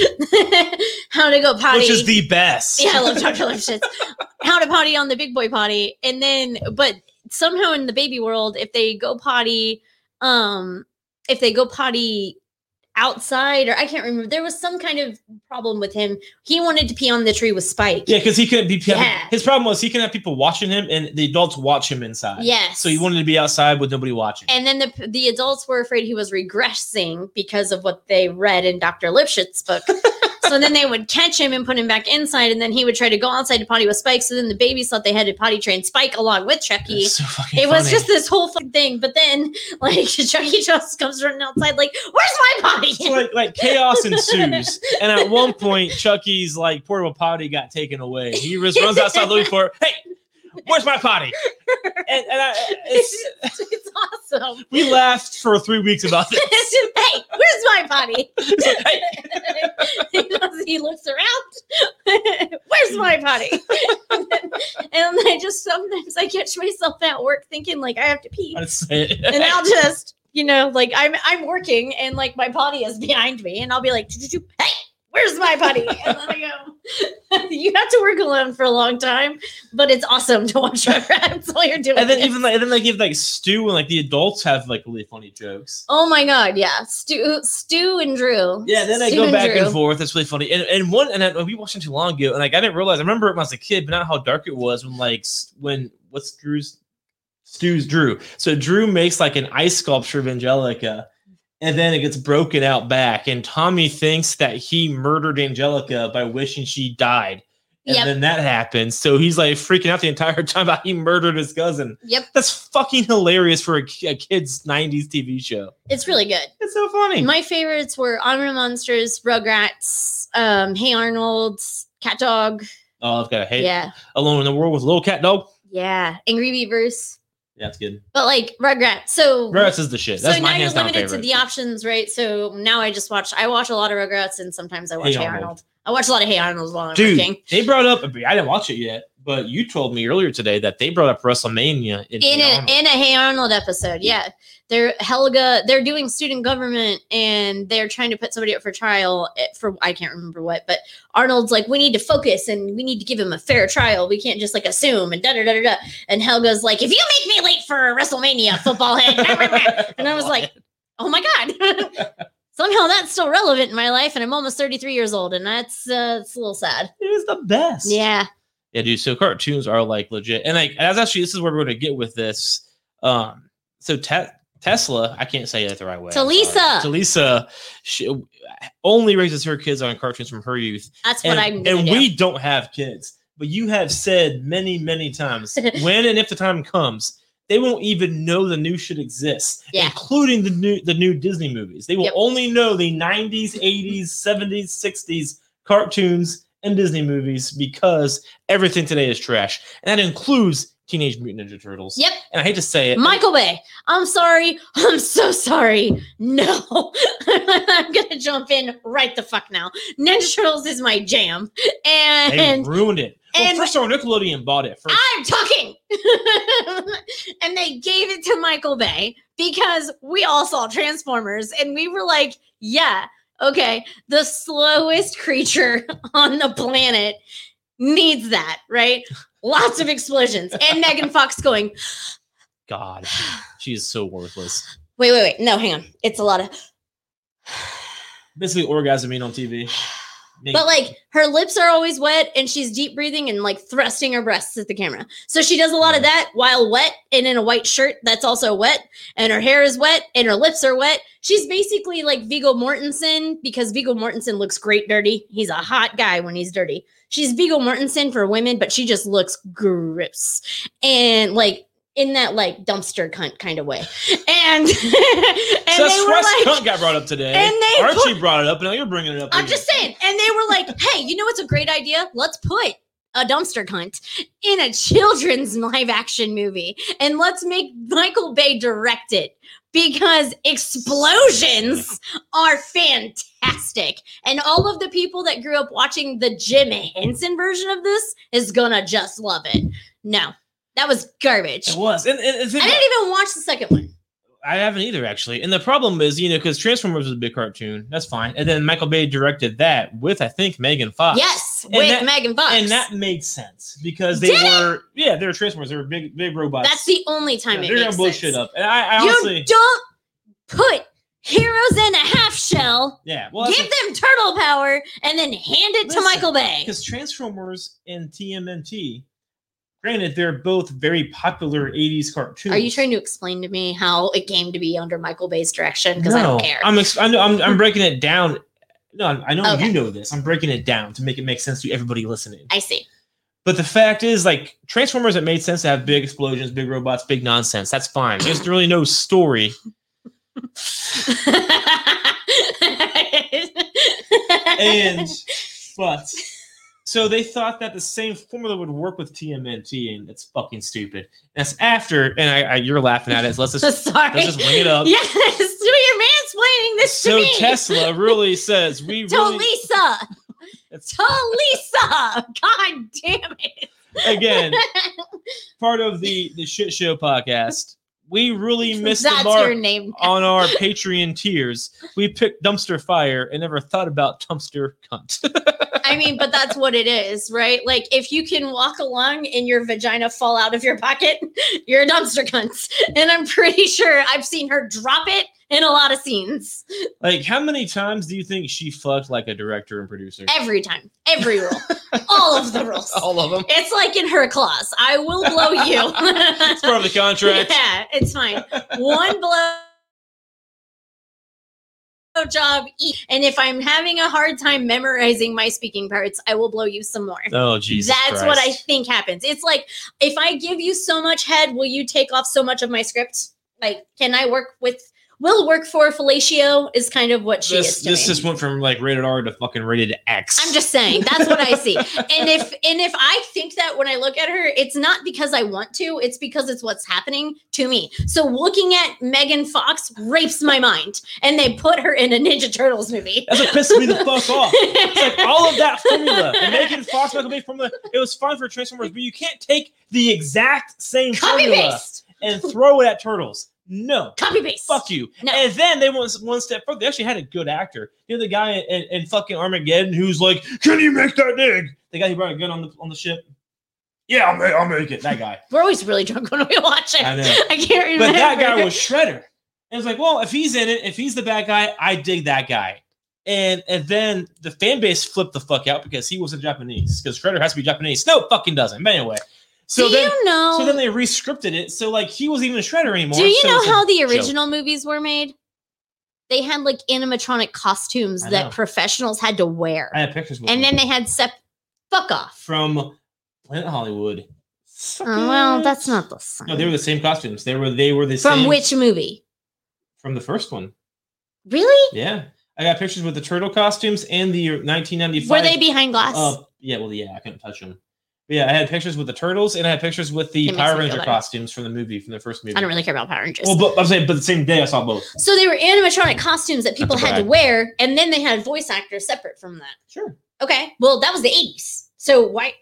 how to go potty. Which is the best. Yeah, I love Dr. Lipschitz. How to potty on the big boy potty. And then, but somehow in the baby world, if they go potty, um, if they go potty outside, or I can't remember, there was some kind of problem with him. He wanted to pee on the tree with Spike. Yeah, because he couldn't be. Yeah. His problem was he couldn't have people watching him, and the adults watch him inside. Yes. So he wanted to be outside with nobody watching. And then the the adults were afraid he was regressing because of what they read in Dr. Lipschitz's book. so then they would catch him and put him back inside, and then he would try to go outside to potty with Spike. So then the babies thought they had to potty train Spike along with Chucky. That's so fucking It was funny. just this whole fucking thing. But then, like, Chucky just comes running outside, like, where's my potty? So, like like chaos ensues. And at one point, Chucky's like portable potty got taken away. He just runs outside looking for it. Hey, where's my potty? And, and I, it's, it's awesome. we laughed for three weeks about this. hey, where's my potty? It's like, hey, he, goes- he looks around. Where's my potty? and, then, and I just sometimes I catch myself at work thinking like I have to pee, I'd say it. and I'll just you know like I'm I'm working and like my potty is behind me, and I'll be like, "Hey, where's my buddy? And then I go, you have to work alone for a long time, but it's awesome to watch Rugrats while you're doing And then it. even like, and then they give like Stu and like the adults have like really funny jokes. oh my god, yeah. Stu Stu and Drew. Yeah, then I Stu go back Drew. and forth. It's really funny. And, and one and I, we watched it too long ago, and like I didn't realize. I remember it when I was a kid, but not how dark it was when like s- when what's Drew's Stu's Drew. So Drew makes like an ice sculpture of Angelica, and then it gets broken out back. And Tommy thinks that he murdered Angelica by wishing she died. And Yep. then that happens. So he's like freaking out the entire time about he murdered his cousin. Yep. That's fucking hilarious for a, ki- a kid's 90s TV show. It's really good. It's so funny. My favorites were Honor Monsters, Rugrats, um, Hey Arnold, Cat Dog. oh, I've got a hate. Yeah. Alone in the World with Little Cat Dog. Yeah. Angry Beavers. Yeah, that's good. But like Rugrats. So Rugrats is the shit. That's so my now you're hands down limited favorite. to the options, right? So now I just watch. I watch a lot of Rugrats, and sometimes I watch Hey, Arnold. Arnold. I watch a lot of Hey Arnold while I'm Dude, working. they brought up. I didn't watch it yet, but you told me earlier today that they brought up WrestleMania in, In a Arnold. in a Hey Arnold episode, yeah, they're Helga. They're doing student government, and they're trying to put somebody up for trial eh, for I can't remember what. But Arnold's like, we need to focus, and we need to give him a fair trial. We can't just like assume and da da da da. da. And Helga's like, if you make me late for WrestleMania, football head, And I was like, oh my God. Somehow that's still relevant in my life, and I'm almost 33 years old, and that's uh, it's a little sad. it is the best. Yeah, Yeah, dude. So cartoons are like legit, and like that's actually this is where we're going to get with this. Um, so te- Tesla, I can't say that the right way. I'm Talisa. sorry. Talisa, she only raises her kids on cartoons from her youth, that's and, what I'm gonna and do. we don't have kids. But you have said many, many times when and if the time comes, they won't even know the new shit exists, Yeah. including the new the new Disney movies. They will Yep. only know the '90s, '80s, '70s, '60s cartoons and Disney movies because everything today is trash, and that includes Teenage Mutant Ninja Turtles. Yep. And I hate to say it, Michael Bay, I'm sorry. I'm so sorry. No, I'm gonna jump in right the fuck now. Ninja Turtles is my jam, they and ruined it. and- well, first of all, Nickelodeon bought it first. I'm talking. and they gave it to Michael Bay because we all saw Transformers and we were like, yeah, okay, the slowest creature on the planet needs that, right? Lots of explosions. And Megan Fox going, God, she is so worthless. wait, wait, wait. No, hang on. It's a lot of, Basically, orgasming on TV. but like her lips are always wet and she's deep breathing and like thrusting her breasts at the camera. So she does a lot of that while wet and in a white shirt that's also wet and her hair is wet and her lips are wet. She's basically like Vigo Mortensen because Vigo Mortensen looks great dirty. He's a hot guy when he's dirty. She's Vigo Mortensen for women, but she just looks gross and like in that like dumpster cunt kind of way. And and Seth they were Swiss like cunt got brought up today. and they put- Archie brought it up. Now you're bringing it up. I'm again. just saying. And they were like, hey, you know what's a great idea? Let's put a dumpster cunt in a children's live action movie and let's make Michael Bay direct it because explosions are fantastic. And all of the people that grew up watching the Jim Henson version of this is gonna just love it. No, that was garbage. It was. And, and, and I didn't even watch the second one. I haven't either, actually. And the problem is, you know, because Transformers was a big cartoon. That's fine. And then Michael Bay directed that with, I think, Megan Fox. Yes, And with that- Megan Fox. And that made sense because they Did it? were, yeah, they were Transformers. They were big, big robots. That's the only Yeah, time it They're makes gonna blow shit sense. up. And I, I you honestly, don't put heroes in a half shell, yeah. Well, give them turtle power, and then hand it Listen, to Michael Bay. because Transformers and TMNT, granted, they're both very popular '80s cartoons. Are you trying to explain to me how it came to be under Michael Bay's direction? Because I don't care. I'm, ex- I know- I'm, I'm breaking it down. No, I'm- I know Okay. you know this. I'm breaking it down to make it make sense to everybody listening. I see. But the fact is, like Transformers, it made sense to have big explosions, big robots, big nonsense. That's fine. There's really no story. And but so they thought that the same formula would work with TMNT, and it's fucking stupid. That's after, and I, I you're laughing at it. so Let's just Sorry. let's just ring it up. Yes, so you're mansplaining this so to me. Tesla really says we to really Lisa. It's- to Lisa. God damn it. again part of the the shit show podcast we really missed the That's mark your name. on our Patreon tiers. We picked dumpster fire and never thought about dumpster cunt. I mean, but that's what it is, right? Like if you can walk along and your vagina fall out of your pocket, you're a dumpster cunt. And I'm pretty sure I've seen her drop it in a lot of scenes. like, how many times do you think she fucked like a director and producer? Every time. Every rule. All of the rules. All of them. It's like in her claws. I will blow you. It's part of the contract. Yeah, it's fine. One blow job each. and if i'm having a hard time memorizing my speaking parts i will blow you some more Oh Jesus. that's what i Christ. think happens it's like if i give you so much head will you take off so much of my script like can i work with will work for fellatio is kind of what she This, is to this me. just went from like rated R to fucking rated X. I'm just saying that's what I see. And if and if I think that when I look at her, it's not because I want to, it's because it's what's happening to me. So looking at Megan Fox rapes my mind and they put her in a Ninja Turtles movie. That's what pissed me the fuck off. It's like all of that formula, the Megan Fox Michael Bay formula, it was fine for Transformers, but you can't take the exact same Copy formula paste. and throw it at turtles. No, Copy paste. fuck you. No. And then they went one step further. They actually had a good actor. You know the guy in, in, in fucking Armageddon who's like, "Can you make that dig?" The guy who brought a gun on the on the ship. Yeah, I'll make, I'll make it. That guy. We're always really drunk when we watch it. I I, know. can't remember. But that guy was Shredder. And it's like, well, if he's in it, if he's the bad guy, I dig that guy. And and then the fan base flipped the fuck out because he wasn't Japanese. Because Shredder has to be Japanese. No, it fucking doesn't. But anyway, so Do then you know so then they re-scripted it. So like he wasn't even a Shredder anymore. Do you so it's know a how the joke. original movies were made? They had like animatronic costumes I know. that professionals had to wear. I have pictures with and him then they had sep fuck off. from Planet Hollywood. Oh, well, that's not the same. No, they were the same costumes. They were they were the From same which movie? from the first one. Really? Yeah. I got pictures with the turtle costumes and the 1995 Were they behind glass? Uh, yeah, well, yeah, I couldn't touch them. But yeah, I had pictures with the turtles, and I had pictures with the It makes Power me feel Ranger better. costumes from the movie, from the first movie. I don't really care about Power Rangers. Well, but I'm saying, but the same day I saw both. so they were animatronic costumes that people That's had to bad. wear, and then they had voice actors separate from that. Sure. Okay. Well, that was the 80s. So why?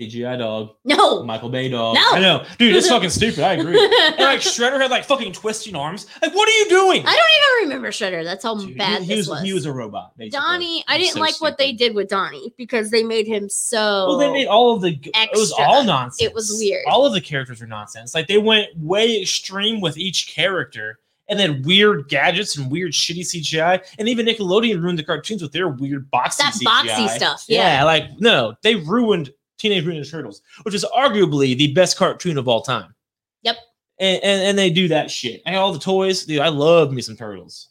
CGI dog, No. Michael Bay dog. No! I know, dude, it's fucking stupid. I agree. And like Shredder had like fucking twisting arms. Like, what are you doing? I don't even remember Shredder. That's how Dude, bad he, he this was, He was a robot. Basically. Donnie, I It was didn't so like what they stupid. did with Donnie because they made him so. Well, they made all of the. g- It was Extra. all nonsense. It was weird. All of the characters were nonsense. Like they went way extreme with each character, and then weird gadgets and weird shitty CGI. And even Nickelodeon ruined the cartoons with their weird boxy that CGI. boxy stuff. Yeah. Yeah. like no, they ruined Teenage Mutant Ninja Turtles, which is arguably the best cartoon of all time. Yep. And and, and they do that shit. And all the toys, dude. I love me some turtles,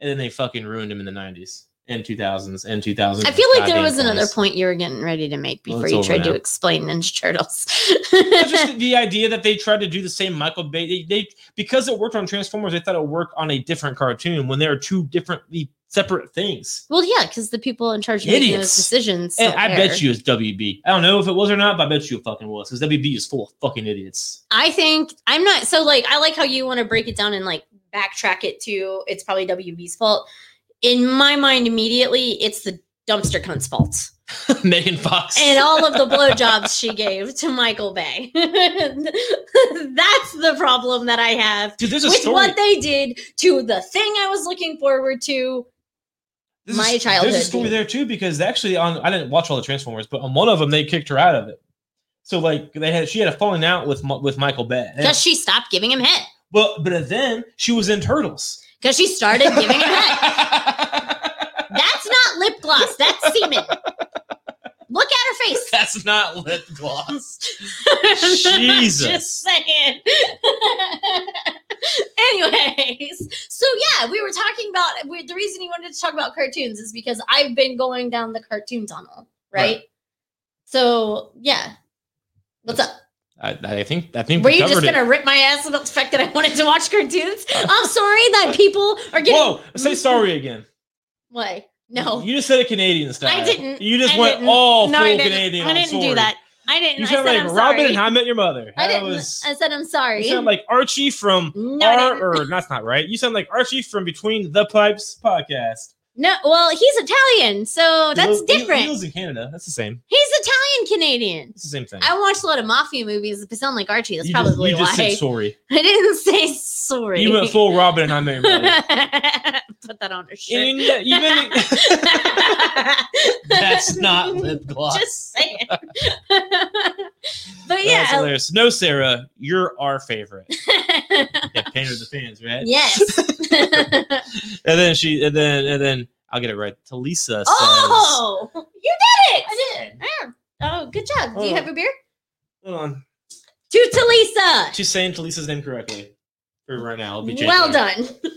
and then they fucking ruined them in the nineties. And 2000s and 2000s. I feel like there Goddamn was another twenties. point you were getting ready to make Well, before it's you over tried now. to explain Ninja Turtles. But just the idea that they tried to do the same Michael Bay. They, they because it worked on Transformers, they thought it worked on a different cartoon when they are two differently separate things. Well, yeah, because the people in charge of making Idiots. those decisions. And don't I care. bet you it's WB. I don't know if it was or not, but I bet you it fucking was because WB is full of fucking idiots. I think I'm not so like I like how you want to break it down and like backtrack it to it's probably WB's fault. In my mind, immediately it's the dumpster cunt's fault Megan Fox. and all of the blowjobs she gave to Michael Bay. That's the problem that I have Dude, there's a with story. what they did to the thing I was looking forward to. there's my a, childhood There's a story being- there too because actually on I didn't watch all the Transformers, but on one of them they kicked her out of it. So like they had she had a falling out with Mo- with Michael Bay. And- Because she stopped giving him head. well, but then she was in Turtles. Because she started giving him head. That's not lip gloss. That's semen. Look at her face. That's not lip gloss. Jesus. Just saying. Anyways, so yeah, we were talking about we, the reason he wanted to talk about cartoons is because I've been going down the cartoon tunnel, right? Right. So yeah, what's up? I, I think I think Were we you just covered it. gonna rip my ass about the fact that I wanted to watch cartoons? I'm sorry that people are getting Uh. Whoa! Say sorry again. what? No, you just said a Canadian style. I didn't. You just I went didn't. all no, full I didn't. Canadian. I I'm didn't sorry. do that. I didn't. You I said sound like I'm Robin sorry. and How I Met Your Mother. I That didn't. was. I said I'm sorry. You sound like Archie from no, I Ar- didn't. or that's not right. You sound like Archie from Between the Pipes podcast. No, well, he's Italian, so He Oh, that's lives- he- different. He lives in Canada. That's the same. He's Italian Canadian. It's the same thing. I watched a lot of mafia movies that sound like Archie. That's you just, probably you just why. said sorry. I didn't say sorry. You went full Robin and I Met Your Mother. Put that on her shirt. And uh, even that's not lip gloss. Just saying. but That was yeah, hilarious. No, Sarah, you're our favorite. yeah, pain of the fans, right? yes. And then she, and then, and then I'll get it right. Talisa says, oh, you did it! I did. Oh, good job. Do you Oh. have a beer? "Hold on, To Talisa. she's saying Talisa's name correctly." For right now, it'll be changed Well later. done.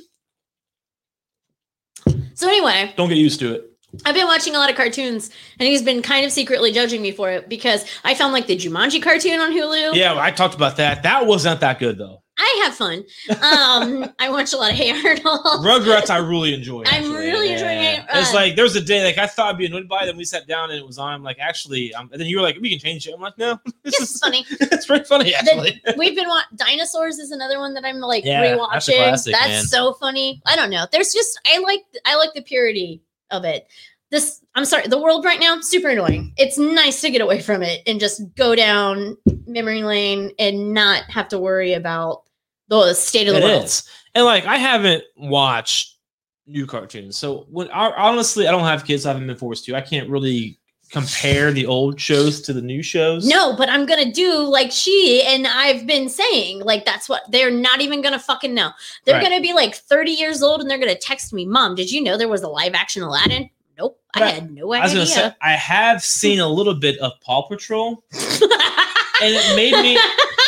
So anyway, Don't get used to it. I've been watching a lot of cartoons, and he's been kind of secretly judging me for it because I found like the Jumanji cartoon on Hulu. Yeah, well, I talked about that. That wasn't that good though. I have fun. Um, I watch a lot of Hey Arnold. Rugrats, I really enjoy. I'm really enjoying it, it's uh, like there was a day like I thought I'd be annoyed by, it, then we sat down and it was on. I'm like, actually, um, and then you were like, we can change it. I'm like, no, this It's is funny. it's pretty funny actually. We've been wa- dinosaurs is another one that I'm like Yeah, rewatching. that's That's, a classic, man. so funny. I don't know. There's just I like I like the purity of it. This I'm sorry, the world right now super annoying. It's nice to get away from it and just go down memory lane and not have to worry about the state of the It world. is. And like I haven't watched new cartoons, so when I, honestly I don't have kids, I haven't been forced to. I can't really compare the old shows to the new shows. No, but I'm gonna do like she and I've been saying, like that's what they're not even gonna fucking know. They're Right. gonna be like 30 years old and they're gonna text me, Mom, did you know there was a live action Aladdin? Nope, I Right. had no I was idea. gonna say I have seen a little bit of Paw Patrol, and it made me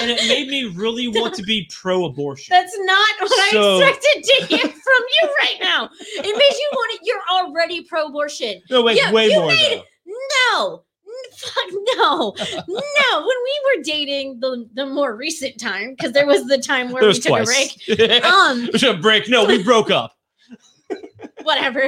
and it made me really want to be pro-abortion. That's not what So- I expected to hear from you right now. It made you want to, you're already pro abortion. No, wait, Yeah, way you more made- though. No. N- Fuck no. No. When we were dating the the more recent time, because there was the time where There we was took a twice. break. Um, There's a break. No, we broke up. whatever.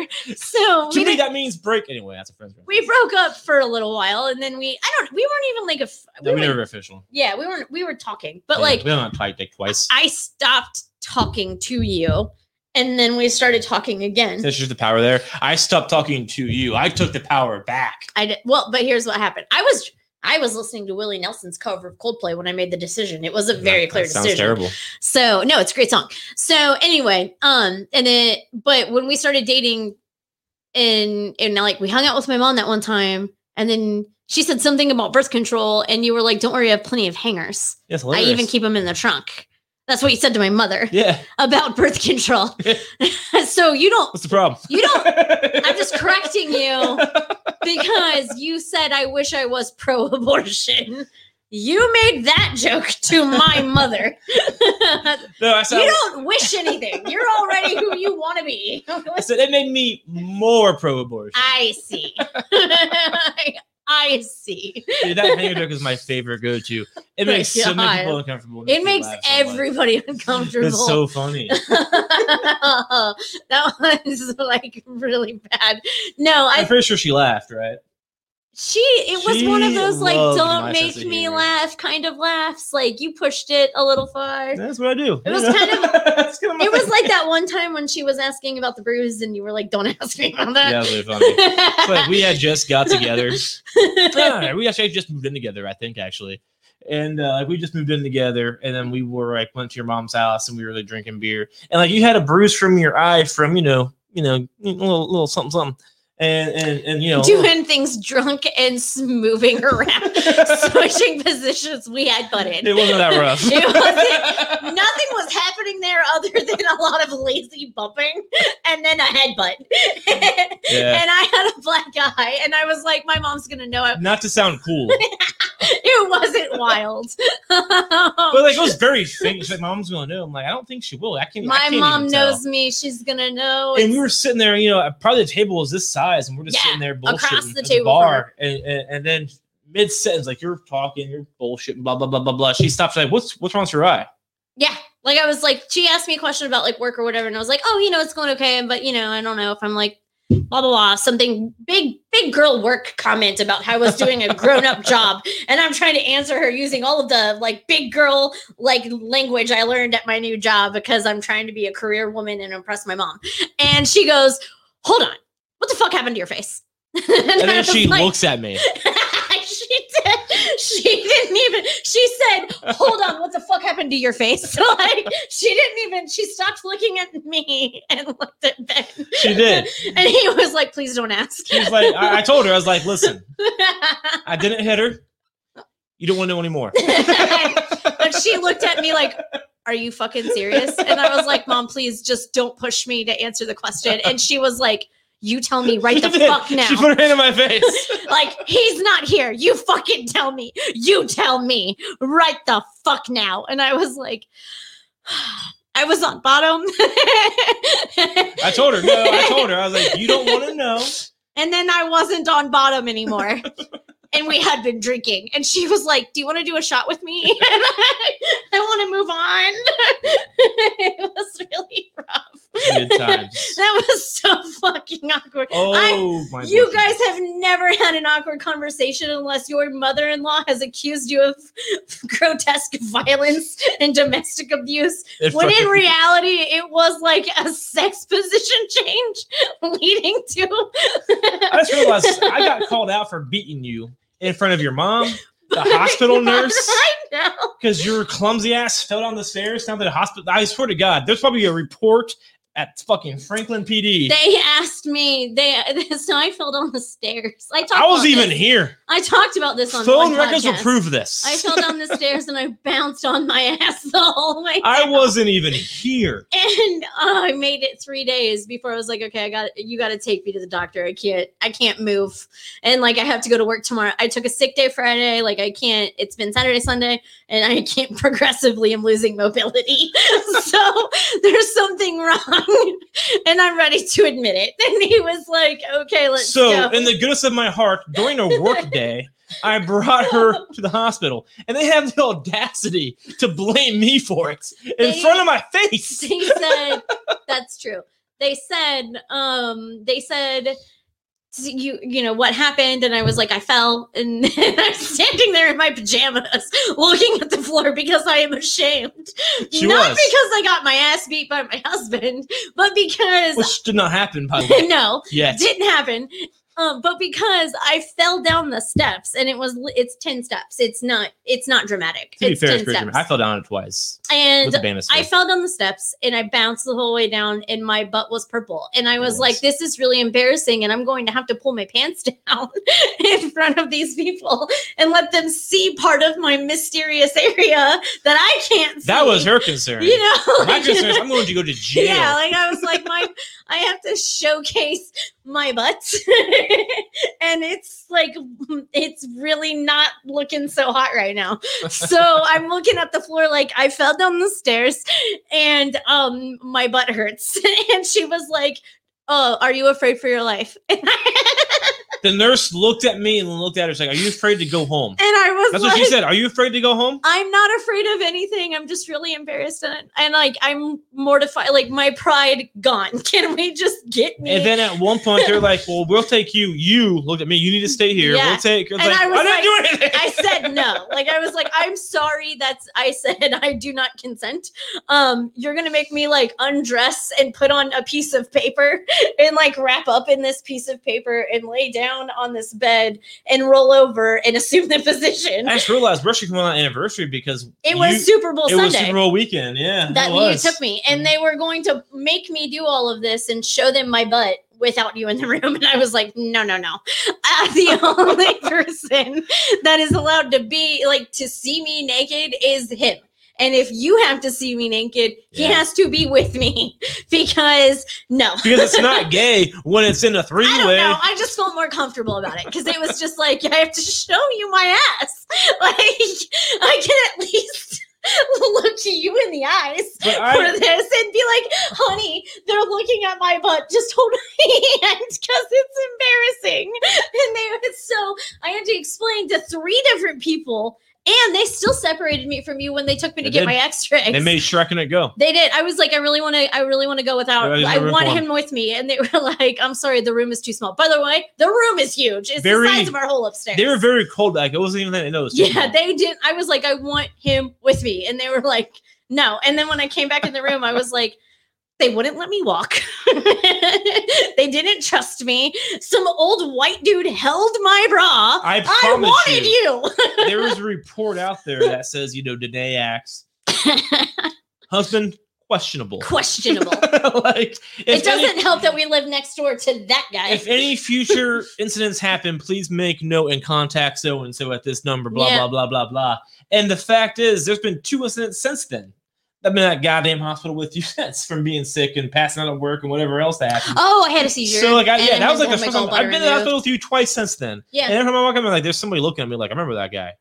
To So we, me, did, that means break. Anyway, that's a friend's we broke up for a little while and then we I don't we weren't even like a f- we No, we were- never were official. yeah, we weren't we were talking, but Yeah, like we don't fight dick twice. I stopped talking to you and then we started talking again. That's just the power there. I stopped talking to you. I took the power back. I did, well, but here's what happened. I was I was listening to Willie Nelson's cover of Coldplay when I made the decision. It was a very clear That decision. So no, it's a great song. So anyway, um, and then but when we started dating, and and like we hung out with my mom that one time, and then she said something about birth control, and you were like, "Don't worry, I have plenty of hangers. Yes, I even keep them in the trunk." That's what you said to my mother Yeah, about birth control. so you don't, what's the problem? you don't. I'm I'm just correcting you because you said I wish I was pro-abortion. You made that joke to my mother. No, I said, you don't wish anything. You're already who you want to be. I said it made me more pro-abortion. I see. I, I see. Dude, that hanger joke is my favorite go-to. It My makes so God. many people uncomfortable. It makes me laugh so much. everybody uncomfortable. It's so funny. that was like really bad. No, I'm I pretty sure she laughed, right? she it was one of She those like loved don't my make sense of me humor. laugh kind of laughs. Like you pushed it a little far. That's what I do. It was You know? kind of- That's kinda my It was thing. like that one time when she was asking about the bruise and you were like, Don't ask me about yeah, it that. was really funny. It's like we had just got together. Yeah, we actually just moved in together, I think, actually. And uh, like we just moved in together, and then we were like went to your mom's house, and we were like drinking beer, and like you had a bruise from your eye from you know you know a little, little something something, and and and you know doing things drunk and s- moving around, switching positions. We had butt in. it wasn't that rough. It wasn't- Nothing was happening there other than a lot of lazy bumping and then a headbutt. yeah, And I had a black eye, and I was like, my mom's gonna know it. not to sound cool, It wasn't wild. but like it was very faint. She's like, "My mom's gonna know." I'm like, "I don't think she will. I can't." I my can't mom even tell." knows me. She's gonna know. and we it's- were sitting there, you know, probably the table was this size, and we're just Yeah, sitting there bullshitting across the at table bar, and, and and then mid sentence, like you're talking, you're bullshitting, blah blah blah blah blah. She stops, like, what's what's wrong with your eye? Yeah. Like I was like, she asked me a question about like work or whatever, and I was like, oh, you know, it's going okay, but you know, I don't know if I'm like blah blah blah, something big, big girl work comment about how I was doing a grown-up job. And I'm trying to answer her using all of the like big girl like language I learned at my new job because I'm trying to be a career woman and impress my mom. And she goes, Hold on, what the fuck happened to your face? and, And I then was she like- looks at me. she did. She didn't even. She said, "Hold on, what the fuck happened to your face?" like she didn't even. She stopped looking at me and looked at Ben. She did. and he was like, "Please don't ask." She's like, I, I told her, I was like, listen, I didn't hit her. You don't want to know anymore. but she looked at me like, "Are you fucking serious?" And I was like, "Mom, please just don't push me to answer the question." And she was like, "You tell me right She the did. fuck now." She put her hand in my face. like he's not here you fucking tell me you tell me right the fuck now and i was like i was on bottom I told her, no, I told her, I was like, you don't want to know. and then i wasn't on bottom anymore and we had been drinking and she was like do you want to do a shot with me and i, I want to move on it was really rough Good times. that was so fucking awkward I Oh my! You goodness. guys have never had an awkward conversation unless your mother in law has accused you of grotesque violence and domestic abuse. It When in fucking- reality, it was like a sex position change leading I to. just realized I got called out for beating you in front of your mom, the hospital nurse, I know. because your clumsy ass fell down the stairs down to the hospital. I swear to God, there's probably a report at fucking Franklin PD. They asked me. They so I fell down the stairs. I talked. I was about even this- here. I talked about this on Phone one records will podcast. prove this. I fell down the stairs and I bounced on my ass the whole way. I wasn't even here. and uh, I made it three days before I was like, okay, I got you. Got to take me to the doctor. I can't. I can't move, and like I have to go to work tomorrow. I took a sick day Friday. Like I can't. It's been Saturday, Sunday, and I can't. Progressively, am losing mobility. so there's something wrong, and I'm ready to admit it. And he was like, okay, let's so, go. in the goodness of my heart, during a work day, I brought her to the hospital, and they have the audacity to blame me for it in They- front of my face. they said that's true they said um they said "S- you you know what happened and i was like i fell and i'm standing there in my pajamas looking at the floor because i am ashamed She was. not because i got my ass beat by my husband but because Which did not happen, by the way. no Yet. didn't happen um, but because I fell down the steps and it was li- it's 10 steps. It's not it's not dramatic. To be it's fair, 10 it's pretty dramatic. I fell down it twice. and with a banister. I fell down the steps and I bounced the whole way down, and my butt was purple. And I It was, was. like, this is really embarrassing, and I'm going to have to pull my pants down in front of these people and let them see part of my mysterious area that I can't see. that was her concern. You know, my like- concern is I'm going to go to jail. yeah, like I was like, my I have to showcase my butt, and it's like it's really not looking so hot right now. So I'm looking at the floor like I fell down the stairs, and um my butt hurts. And she was like, "Oh, are you afraid for your life?" And I, The nurse looked at me and looked at her. She's like, Are you afraid to go home? and I was That's like, what she said. Are you afraid to go home? I'm not afraid of anything. I'm just really embarrassed and, and like I'm mortified. Like my pride gone. Can we just get me? And then at one point, they're like, Well, we'll take you. You looked at me. You need to stay here. Yeah. We'll take. It's And like, I was didn't do anything. I said no. Like I was like, I'm sorry. That's I said I do not consent. Um, you're gonna make me like undress and put on a piece of paper and like wrap up in this piece of paper and lay down on this bed and roll over and assume the position. I just realized we're actually coming on anniversary because It was you- Super Bowl it Sunday. was Super Bowl weekend. Yeah, that it you was. took me and they were going to make me do all of this and show them my butt without you in the room and i was like no no no i'm the only person that is allowed to be like to see me naked is him and if you have to see me naked he Yeah. has to be with me because no because it's not gay when it's in a I don't three-way. know. I just felt more comfortable about it because it was just like I have to show you my ass. Like I can at least look to you in the eyes But I- for this and be like, "Honey, they're looking at my butt. Just hold my hand because it's embarrassing." And they so I had to explain to three different people, and they still separated me from you when they took me to They get did. my X-rays. They made Shrek and it go. They did. I was like, I really want to. I really want to go without. Yeah, there's no I room want for him. him with me. And they were like, I'm sorry, the room is too small. By the way, the room is huge. It's Very- the size of our whole upstairs. They were very cold back. It wasn't even that. No, it was yeah, they did. I was like, I want him with me, and they were like, no. And then when I came back in the room, I was like, They wouldn't let me walk. they didn't trust me. Some old white dude held my bra. I I promise wanted you. there is a report out there that says, you know, Danae acts husband questionable. Questionable. like if it doesn't any, help that we live next door to that guy. if any future incidents happen, please make note and contact so and so at this number, blah, Yeah. blah, blah, blah, blah. And the fact is, there's been two incidents since then. I've been at that goddamn hospital with you since from being sick and passing out at work and whatever else that happened. oh, I had a seizure. so like I, and yeah, that had was like the my first time I've gallbladder been in the removed. hospital with you twice since then. And Yeah, every time I walk in, I'm like, there's somebody looking at me like I remember that guy.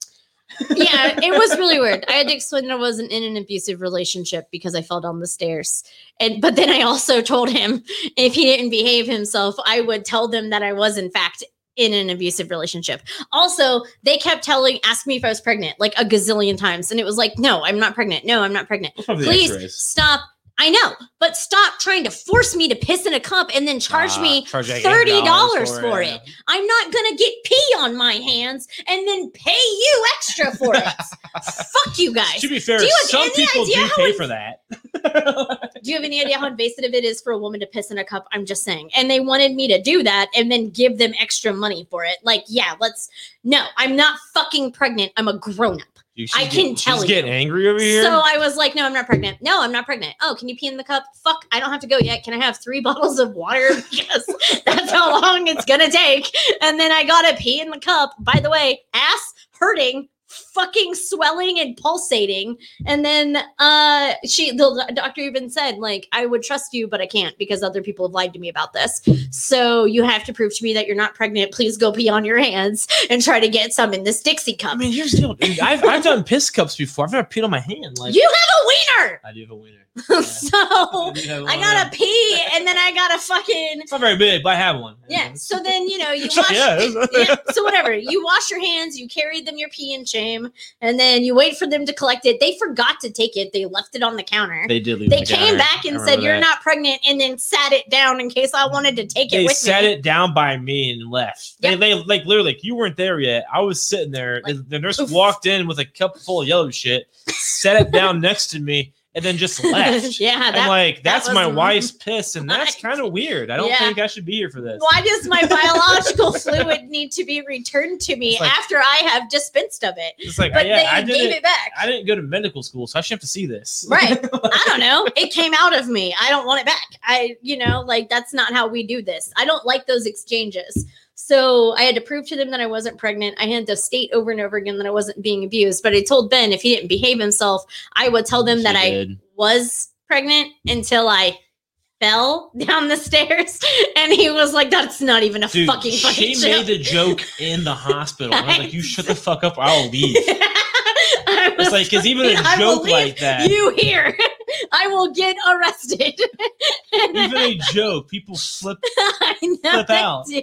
yeah, it was really weird. I had to explain that I wasn't in an abusive relationship because I fell down the stairs, and but then I also told him if he didn't behave himself, I would tell them that I was in fact in an abusive relationship. Also, they kept telling, ask me if I was pregnant, like a gazillion times, and it was like, no, I'm not pregnant. No, I'm not pregnant. That's probably the please X-rays. stop. I know, but stop trying to force me to piss in a cup and then charge Ah, me charge like thirty dollars $8 for it. I'm not gonna get pee on my hands and then pay you extra for it. Fuck you guys. To be fair, Do you have some any people idea do how pay in- for that. Do you have any idea how invasive it is for a woman to piss in a cup? I'm just saying. And they wanted me to do that and then give them extra money for it. Like, yeah, let's. No, I'm not fucking pregnant. I'm a grown up. Dude, she's I getting- can tell she's you. getting angry over here. So I was like, no, I'm not pregnant. No, I'm not pregnant. Oh, can you pee in the cup? Fuck, I don't have to go yet. Can I have three bottles of water? Because that's how long it's going to take. And then I got to pee in the cup. By the way, ass hurting, fucking swelling and pulsating. And then uh she the doctor even said like I would trust you but I can't because other people have lied to me about this. So you have to prove to me that you're not pregnant. Please go pee on your hands and try to get some in this Dixie I cup. mean, here's the deal. dude. I've, I've done piss cups before. I've never peed on my hand. Like you have a wiener. I do have a wiener. so do have I one. gotta pee and then I gotta fucking It's not very big, but I have one. yeah. So then you know you So, wash yeah, it's- yeah, so whatever you wash your hands, you carry them your pee in shame, and then you wait for them to collect it. They forgot to take it; they left it on the counter. They, they did. Leave it on the came counter. back I and said remember you're that. not pregnant, and then sat it down in case I wanted to take They it with sat me. it down by me and left. Yeah. They, they like literally like you weren't there yet. I was sitting there. The- the nurse oof. walked in with a cup full of yellow shit, set it down next to me, and then just left. yeah, I'm that. like, that's was my mine. wife's piss, and that's Right. kind of weird. I don't Yeah. think I should be here for this. why does my biological fluid need to be returned to me It's like- after I have dispensed of it? It's like, But yeah, I they did gave it. it back. I didn't go to medical school, so I shouldn't have to see this. Right. I don't know. It came out of me. I don't want it back. I, you know, like that's not how we do this. I don't like those exchanges. So I had to prove to them that I wasn't pregnant. I had to state over and over again that I wasn't being abused. But I told Ben if he didn't behave himself, I would tell them that I was pregnant until I fell down the stairs. And he was like, that's not even a Dude, fucking fucking she joke. made the joke in the hospital. And I was like, "You shut the fuck up, or I'll leave." I was It's like, because even a I will joke leave like that, you here. I will get arrested. And even a joke, people slip. I know flip I out. do.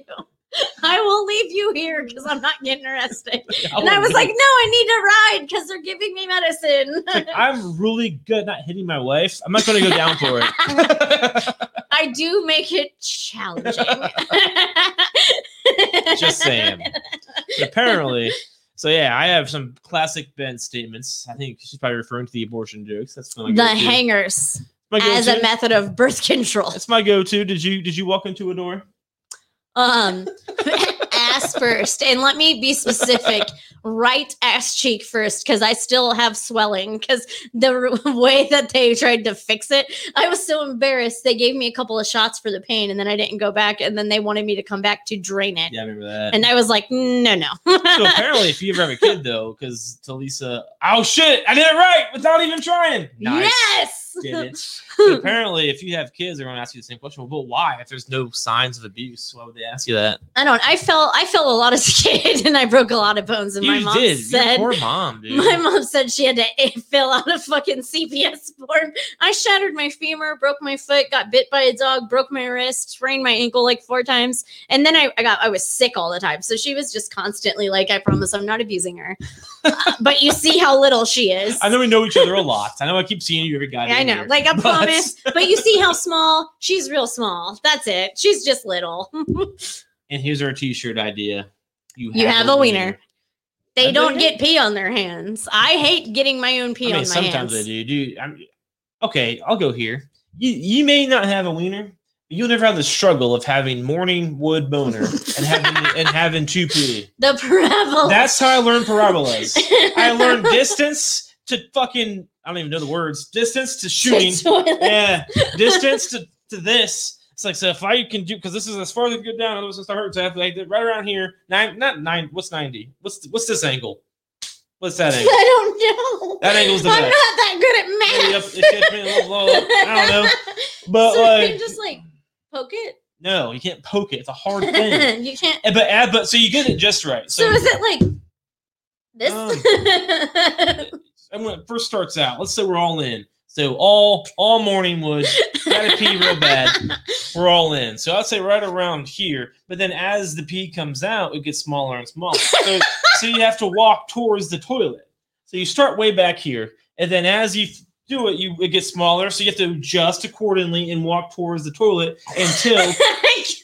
I will leave you here because I'm not getting arrested. out And I of was it. like, no, I need to ride because they're giving me medicine. Like, I'm really good at not hitting my wife. I'm not going to go down for it. I do make it challenging. Just saying. Apparently. So yeah, I have some classic Ben statements. I think she's probably referring to the abortion jokes. That's my The go-to. hangers My go-to. as a method of birth control. That's my go-to. Did you did you walk into a door? Um, ass first, and let me be specific. Right ass cheek first, because I still have swelling. Because the r- way that they tried to fix it, I was so embarrassed. They gave me a couple of shots for the pain, and then I didn't go back. And then they wanted me to come back to drain it, Yeah, I remember that. and I was like, no, no. so apparently, if you ever have a kid, though, because Talisa, oh shit, I did it right without even trying. Yes. Did it. So apparently, if you have kids, they're going to ask you the same question. Well, but why? If there's no signs of abuse, why would they ask you that? I don't. I fell. I fell a lot as a kid, and I broke a lot of bones. And my you mom did. said, Your poor mom, dude. My mom said she had to eh, fill out a fucking CPS form. I shattered my femur, broke my foot, got bit by a dog, broke my wrist, sprained my ankle like four times. And then I, I got I was sick all the time. So she was just constantly like, I promise I'm not abusing her. Uh, but you see how little she is. I know we know each other a lot. I know I keep seeing you every guy. I know. Like I But- promise. But you see how small? She's real small. That's it. She's just little. and here's our T-shirt idea. You have a wiener. They I don't mean- get pee on their hands. I hate getting my own pee I mean, on my sometimes hands. I do. Dude, I'm okay. I'll go here. you, you may not have a wiener, but you'll never have the struggle of having morning wood boner and having and having two pee. The parabola. That's how I learned parabolas. I learned distance to fucking I don't even know the words. Distance to shooting. yeah, distance to, to this. It's like so if I can do because this is as far as I can go down, otherwise it's gonna hurt. So I have to like, right around here. Nine, not nine. What's ninety? What's what's this angle? What's that angle? I don't know. That angle's the I'm not best. that good at Maybe up- math. it should be a little low. I don't know, but so you like can just like poke it. no, you can't poke it. It's a hard thing. you can't. And- But add, but so you get it just right. So, So, is it like this? Oh. and when it first starts out, let's say we're all in. So all all morning wood, gotta pee real bad. We're all in. So I'd say right around here. But then as the pee comes out, it gets smaller and smaller. So, so you have to walk towards the toilet. So you start way back here, and then as you do it, you it gets smaller. So you have to adjust accordingly and walk towards the toilet until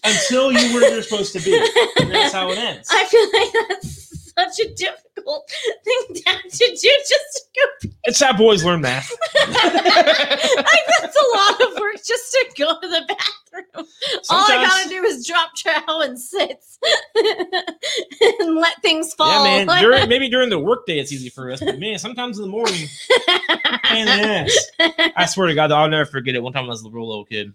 until you where you're supposed to be. And that's how it ends. I feel like that's such a difficult thing to have to do. Just to go. It's how boys learn math. like that's a lot of work just to go to the bathroom. All I gotta Sometimes- do is drop trowel and sits and let things fall. Yeah, man. During, maybe during the workday it's easy for us, but man, sometimes in the morning, pain in the ass. I swear to God, I'll never forget it. One time I was a real little kid.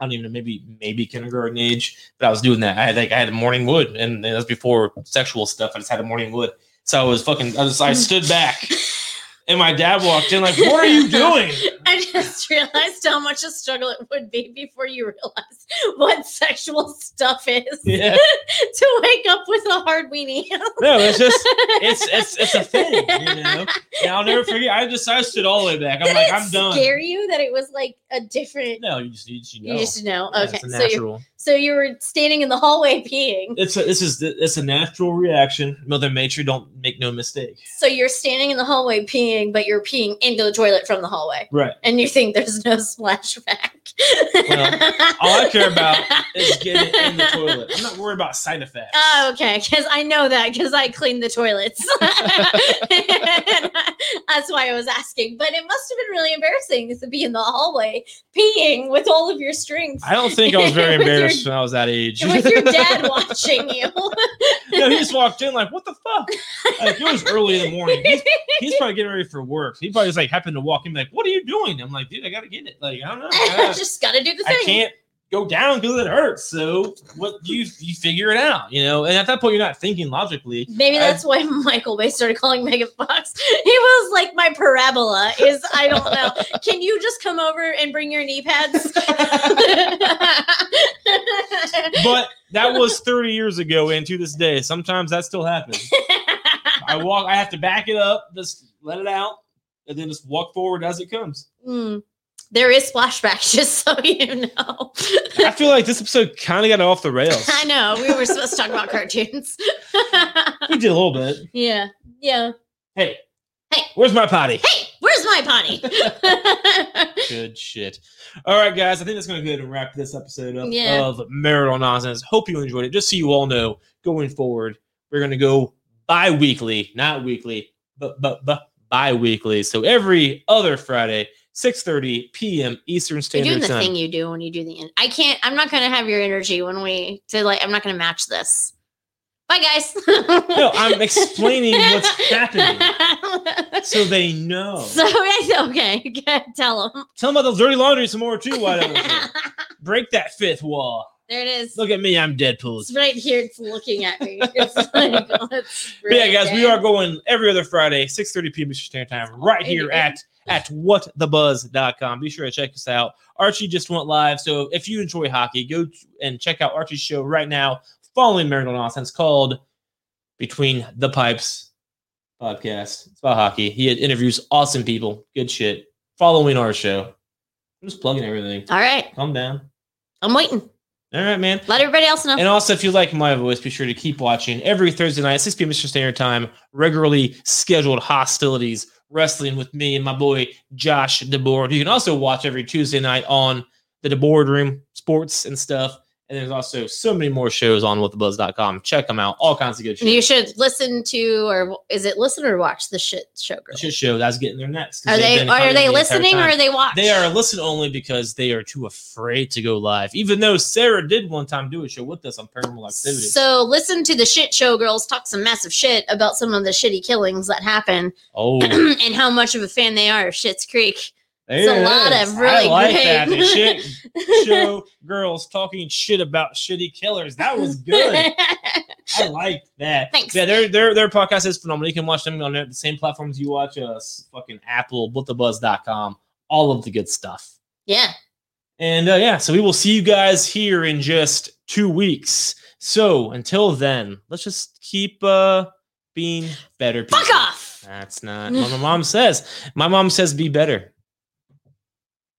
I don't even know, maybe maybe kindergarten age, but I was doing that. I had like I had a morning wood, and that was before sexual stuff. I just had a morning wood, so I was fucking. I just I stood back, and my dad walked in like, "What are you doing?" I just realized how much a struggle it would be before you realize what sexual stuff is Yeah, to wake up with a hard weenie. no, it's just it's it's it's a thing, you know. And I'll never forget. I just I stood all the way back. I'm Did like, it I'm done. Scare you that it was like a different. No, you just you just know. You just know. Yeah, Okay, it's a so you natural. so you were standing in the hallway peeing. it's a, this is it's a natural reaction. Mother Nature, don't make no mistake. So you're standing in the hallway peeing, but you're peeing into the toilet from the hallway, Right. and you think there's no splashback. Well, All I care about is getting in the toilet. I'm not worried about side effects. Oh, okay. Because I know that because I clean the toilets. That's why I was asking. But it must have been really embarrassing to be in the hallway peeing with all of your strings. I don't think I was very With your- embarrassed when I was that age. with your dad watching you. no, he just walked in like, what the fuck? Like, it was early in the morning. He's, he's probably getting ready for work. He probably just like happened to walk in like, what are you doing? I'm like, dude, I gotta get it. Like, I don't know. I, I gotta- just got to do the I thing. can't go down because it hurts. So what you you figure it out, you know? And at that point, you're not thinking logically. Maybe I- that's why Michael Bay started calling Megan Fox. He was like, My parabola is, I don't know. Can you just come over and bring your knee pads? but that was 30 years ago and to this day sometimes that still happens i walk i have to back it up just let it out and then just walk forward as it comes Mm. There is splashback, just so you know. i feel like this episode kind of got off the rails I know we were supposed to talk about cartoons. we did a little bit yeah, yeah. hey Hey. where's my potty Hey, where's my potty? good shit all right guys i think that's gonna go ahead and wrap this episode up Yeah. of marital nonsense hope you enjoyed it just so you all know going forward we're gonna go bi-weekly not weekly but but but bi-weekly so every other friday 6.30 p.m eastern You're standard doing the time thing you do when you do the. In- I can't. I'm not gonna have your energy when we to like. I'm not gonna match this. Bye, guys. no i'm explaining what's happening so they know So it's okay. Good, Tell them. tell them about the dirty laundry some more too why don't you? break that fifth wall there it is. look at me i'm deadpool It's right here. It's looking at me. It's like, oh, it's But yeah, really guys, we bad. are going every other Friday, 6.30 p.m. Eastern Standard Time, right here at at whatthebuzz.com. Be sure to check us out. Archie just went live, so if you enjoy hockey, go t- and check out Archie's show right now following Marital Nonsense called Between the Pipes podcast. It's about hockey. He interviews awesome people. Good shit. Following our show. I'm just plugging everything. All right. Calm down. I'm waiting. All right, man. Let everybody else know. And also, if you like my voice, be sure to keep watching every Thursday night, 6 p.m. Eastern Standard Time, regularly scheduled hostilities wrestling with me and my boy Josh DeBoard. You can also watch every Tuesday night on the DeBoard Room Sports and stuff. And there's also so many more shows on withthebuzz.com. Check them out. All kinds of good shit. You should listen to, or is it listen or watch the shit show? The shit show that's getting there next. 'cause Are they've they been are coming the they entire listening or time. are they watch? They are listen only because they are too afraid to go live. Even though Sarah did one time do a show with us on paranormal activity. So listen to the shit show girls talk some massive shit about some of the shitty killings that happen oh, and how much of a fan they are of Shit's Creek. There a it lot is. of I really like great- that. The shit show girls talking shit about shitty killers. That was good. I like that. Thanks. Yeah, their their their podcast is phenomenal. You can watch them on the same platforms you watch us. Fucking Apple, whatthebuzz.com, all of the good stuff. yeah. And uh, yeah, so we will see you guys here in just two weeks. So until then, let's just keep uh being better. Fuck people. off. That's not what my mom says. My mom says be better.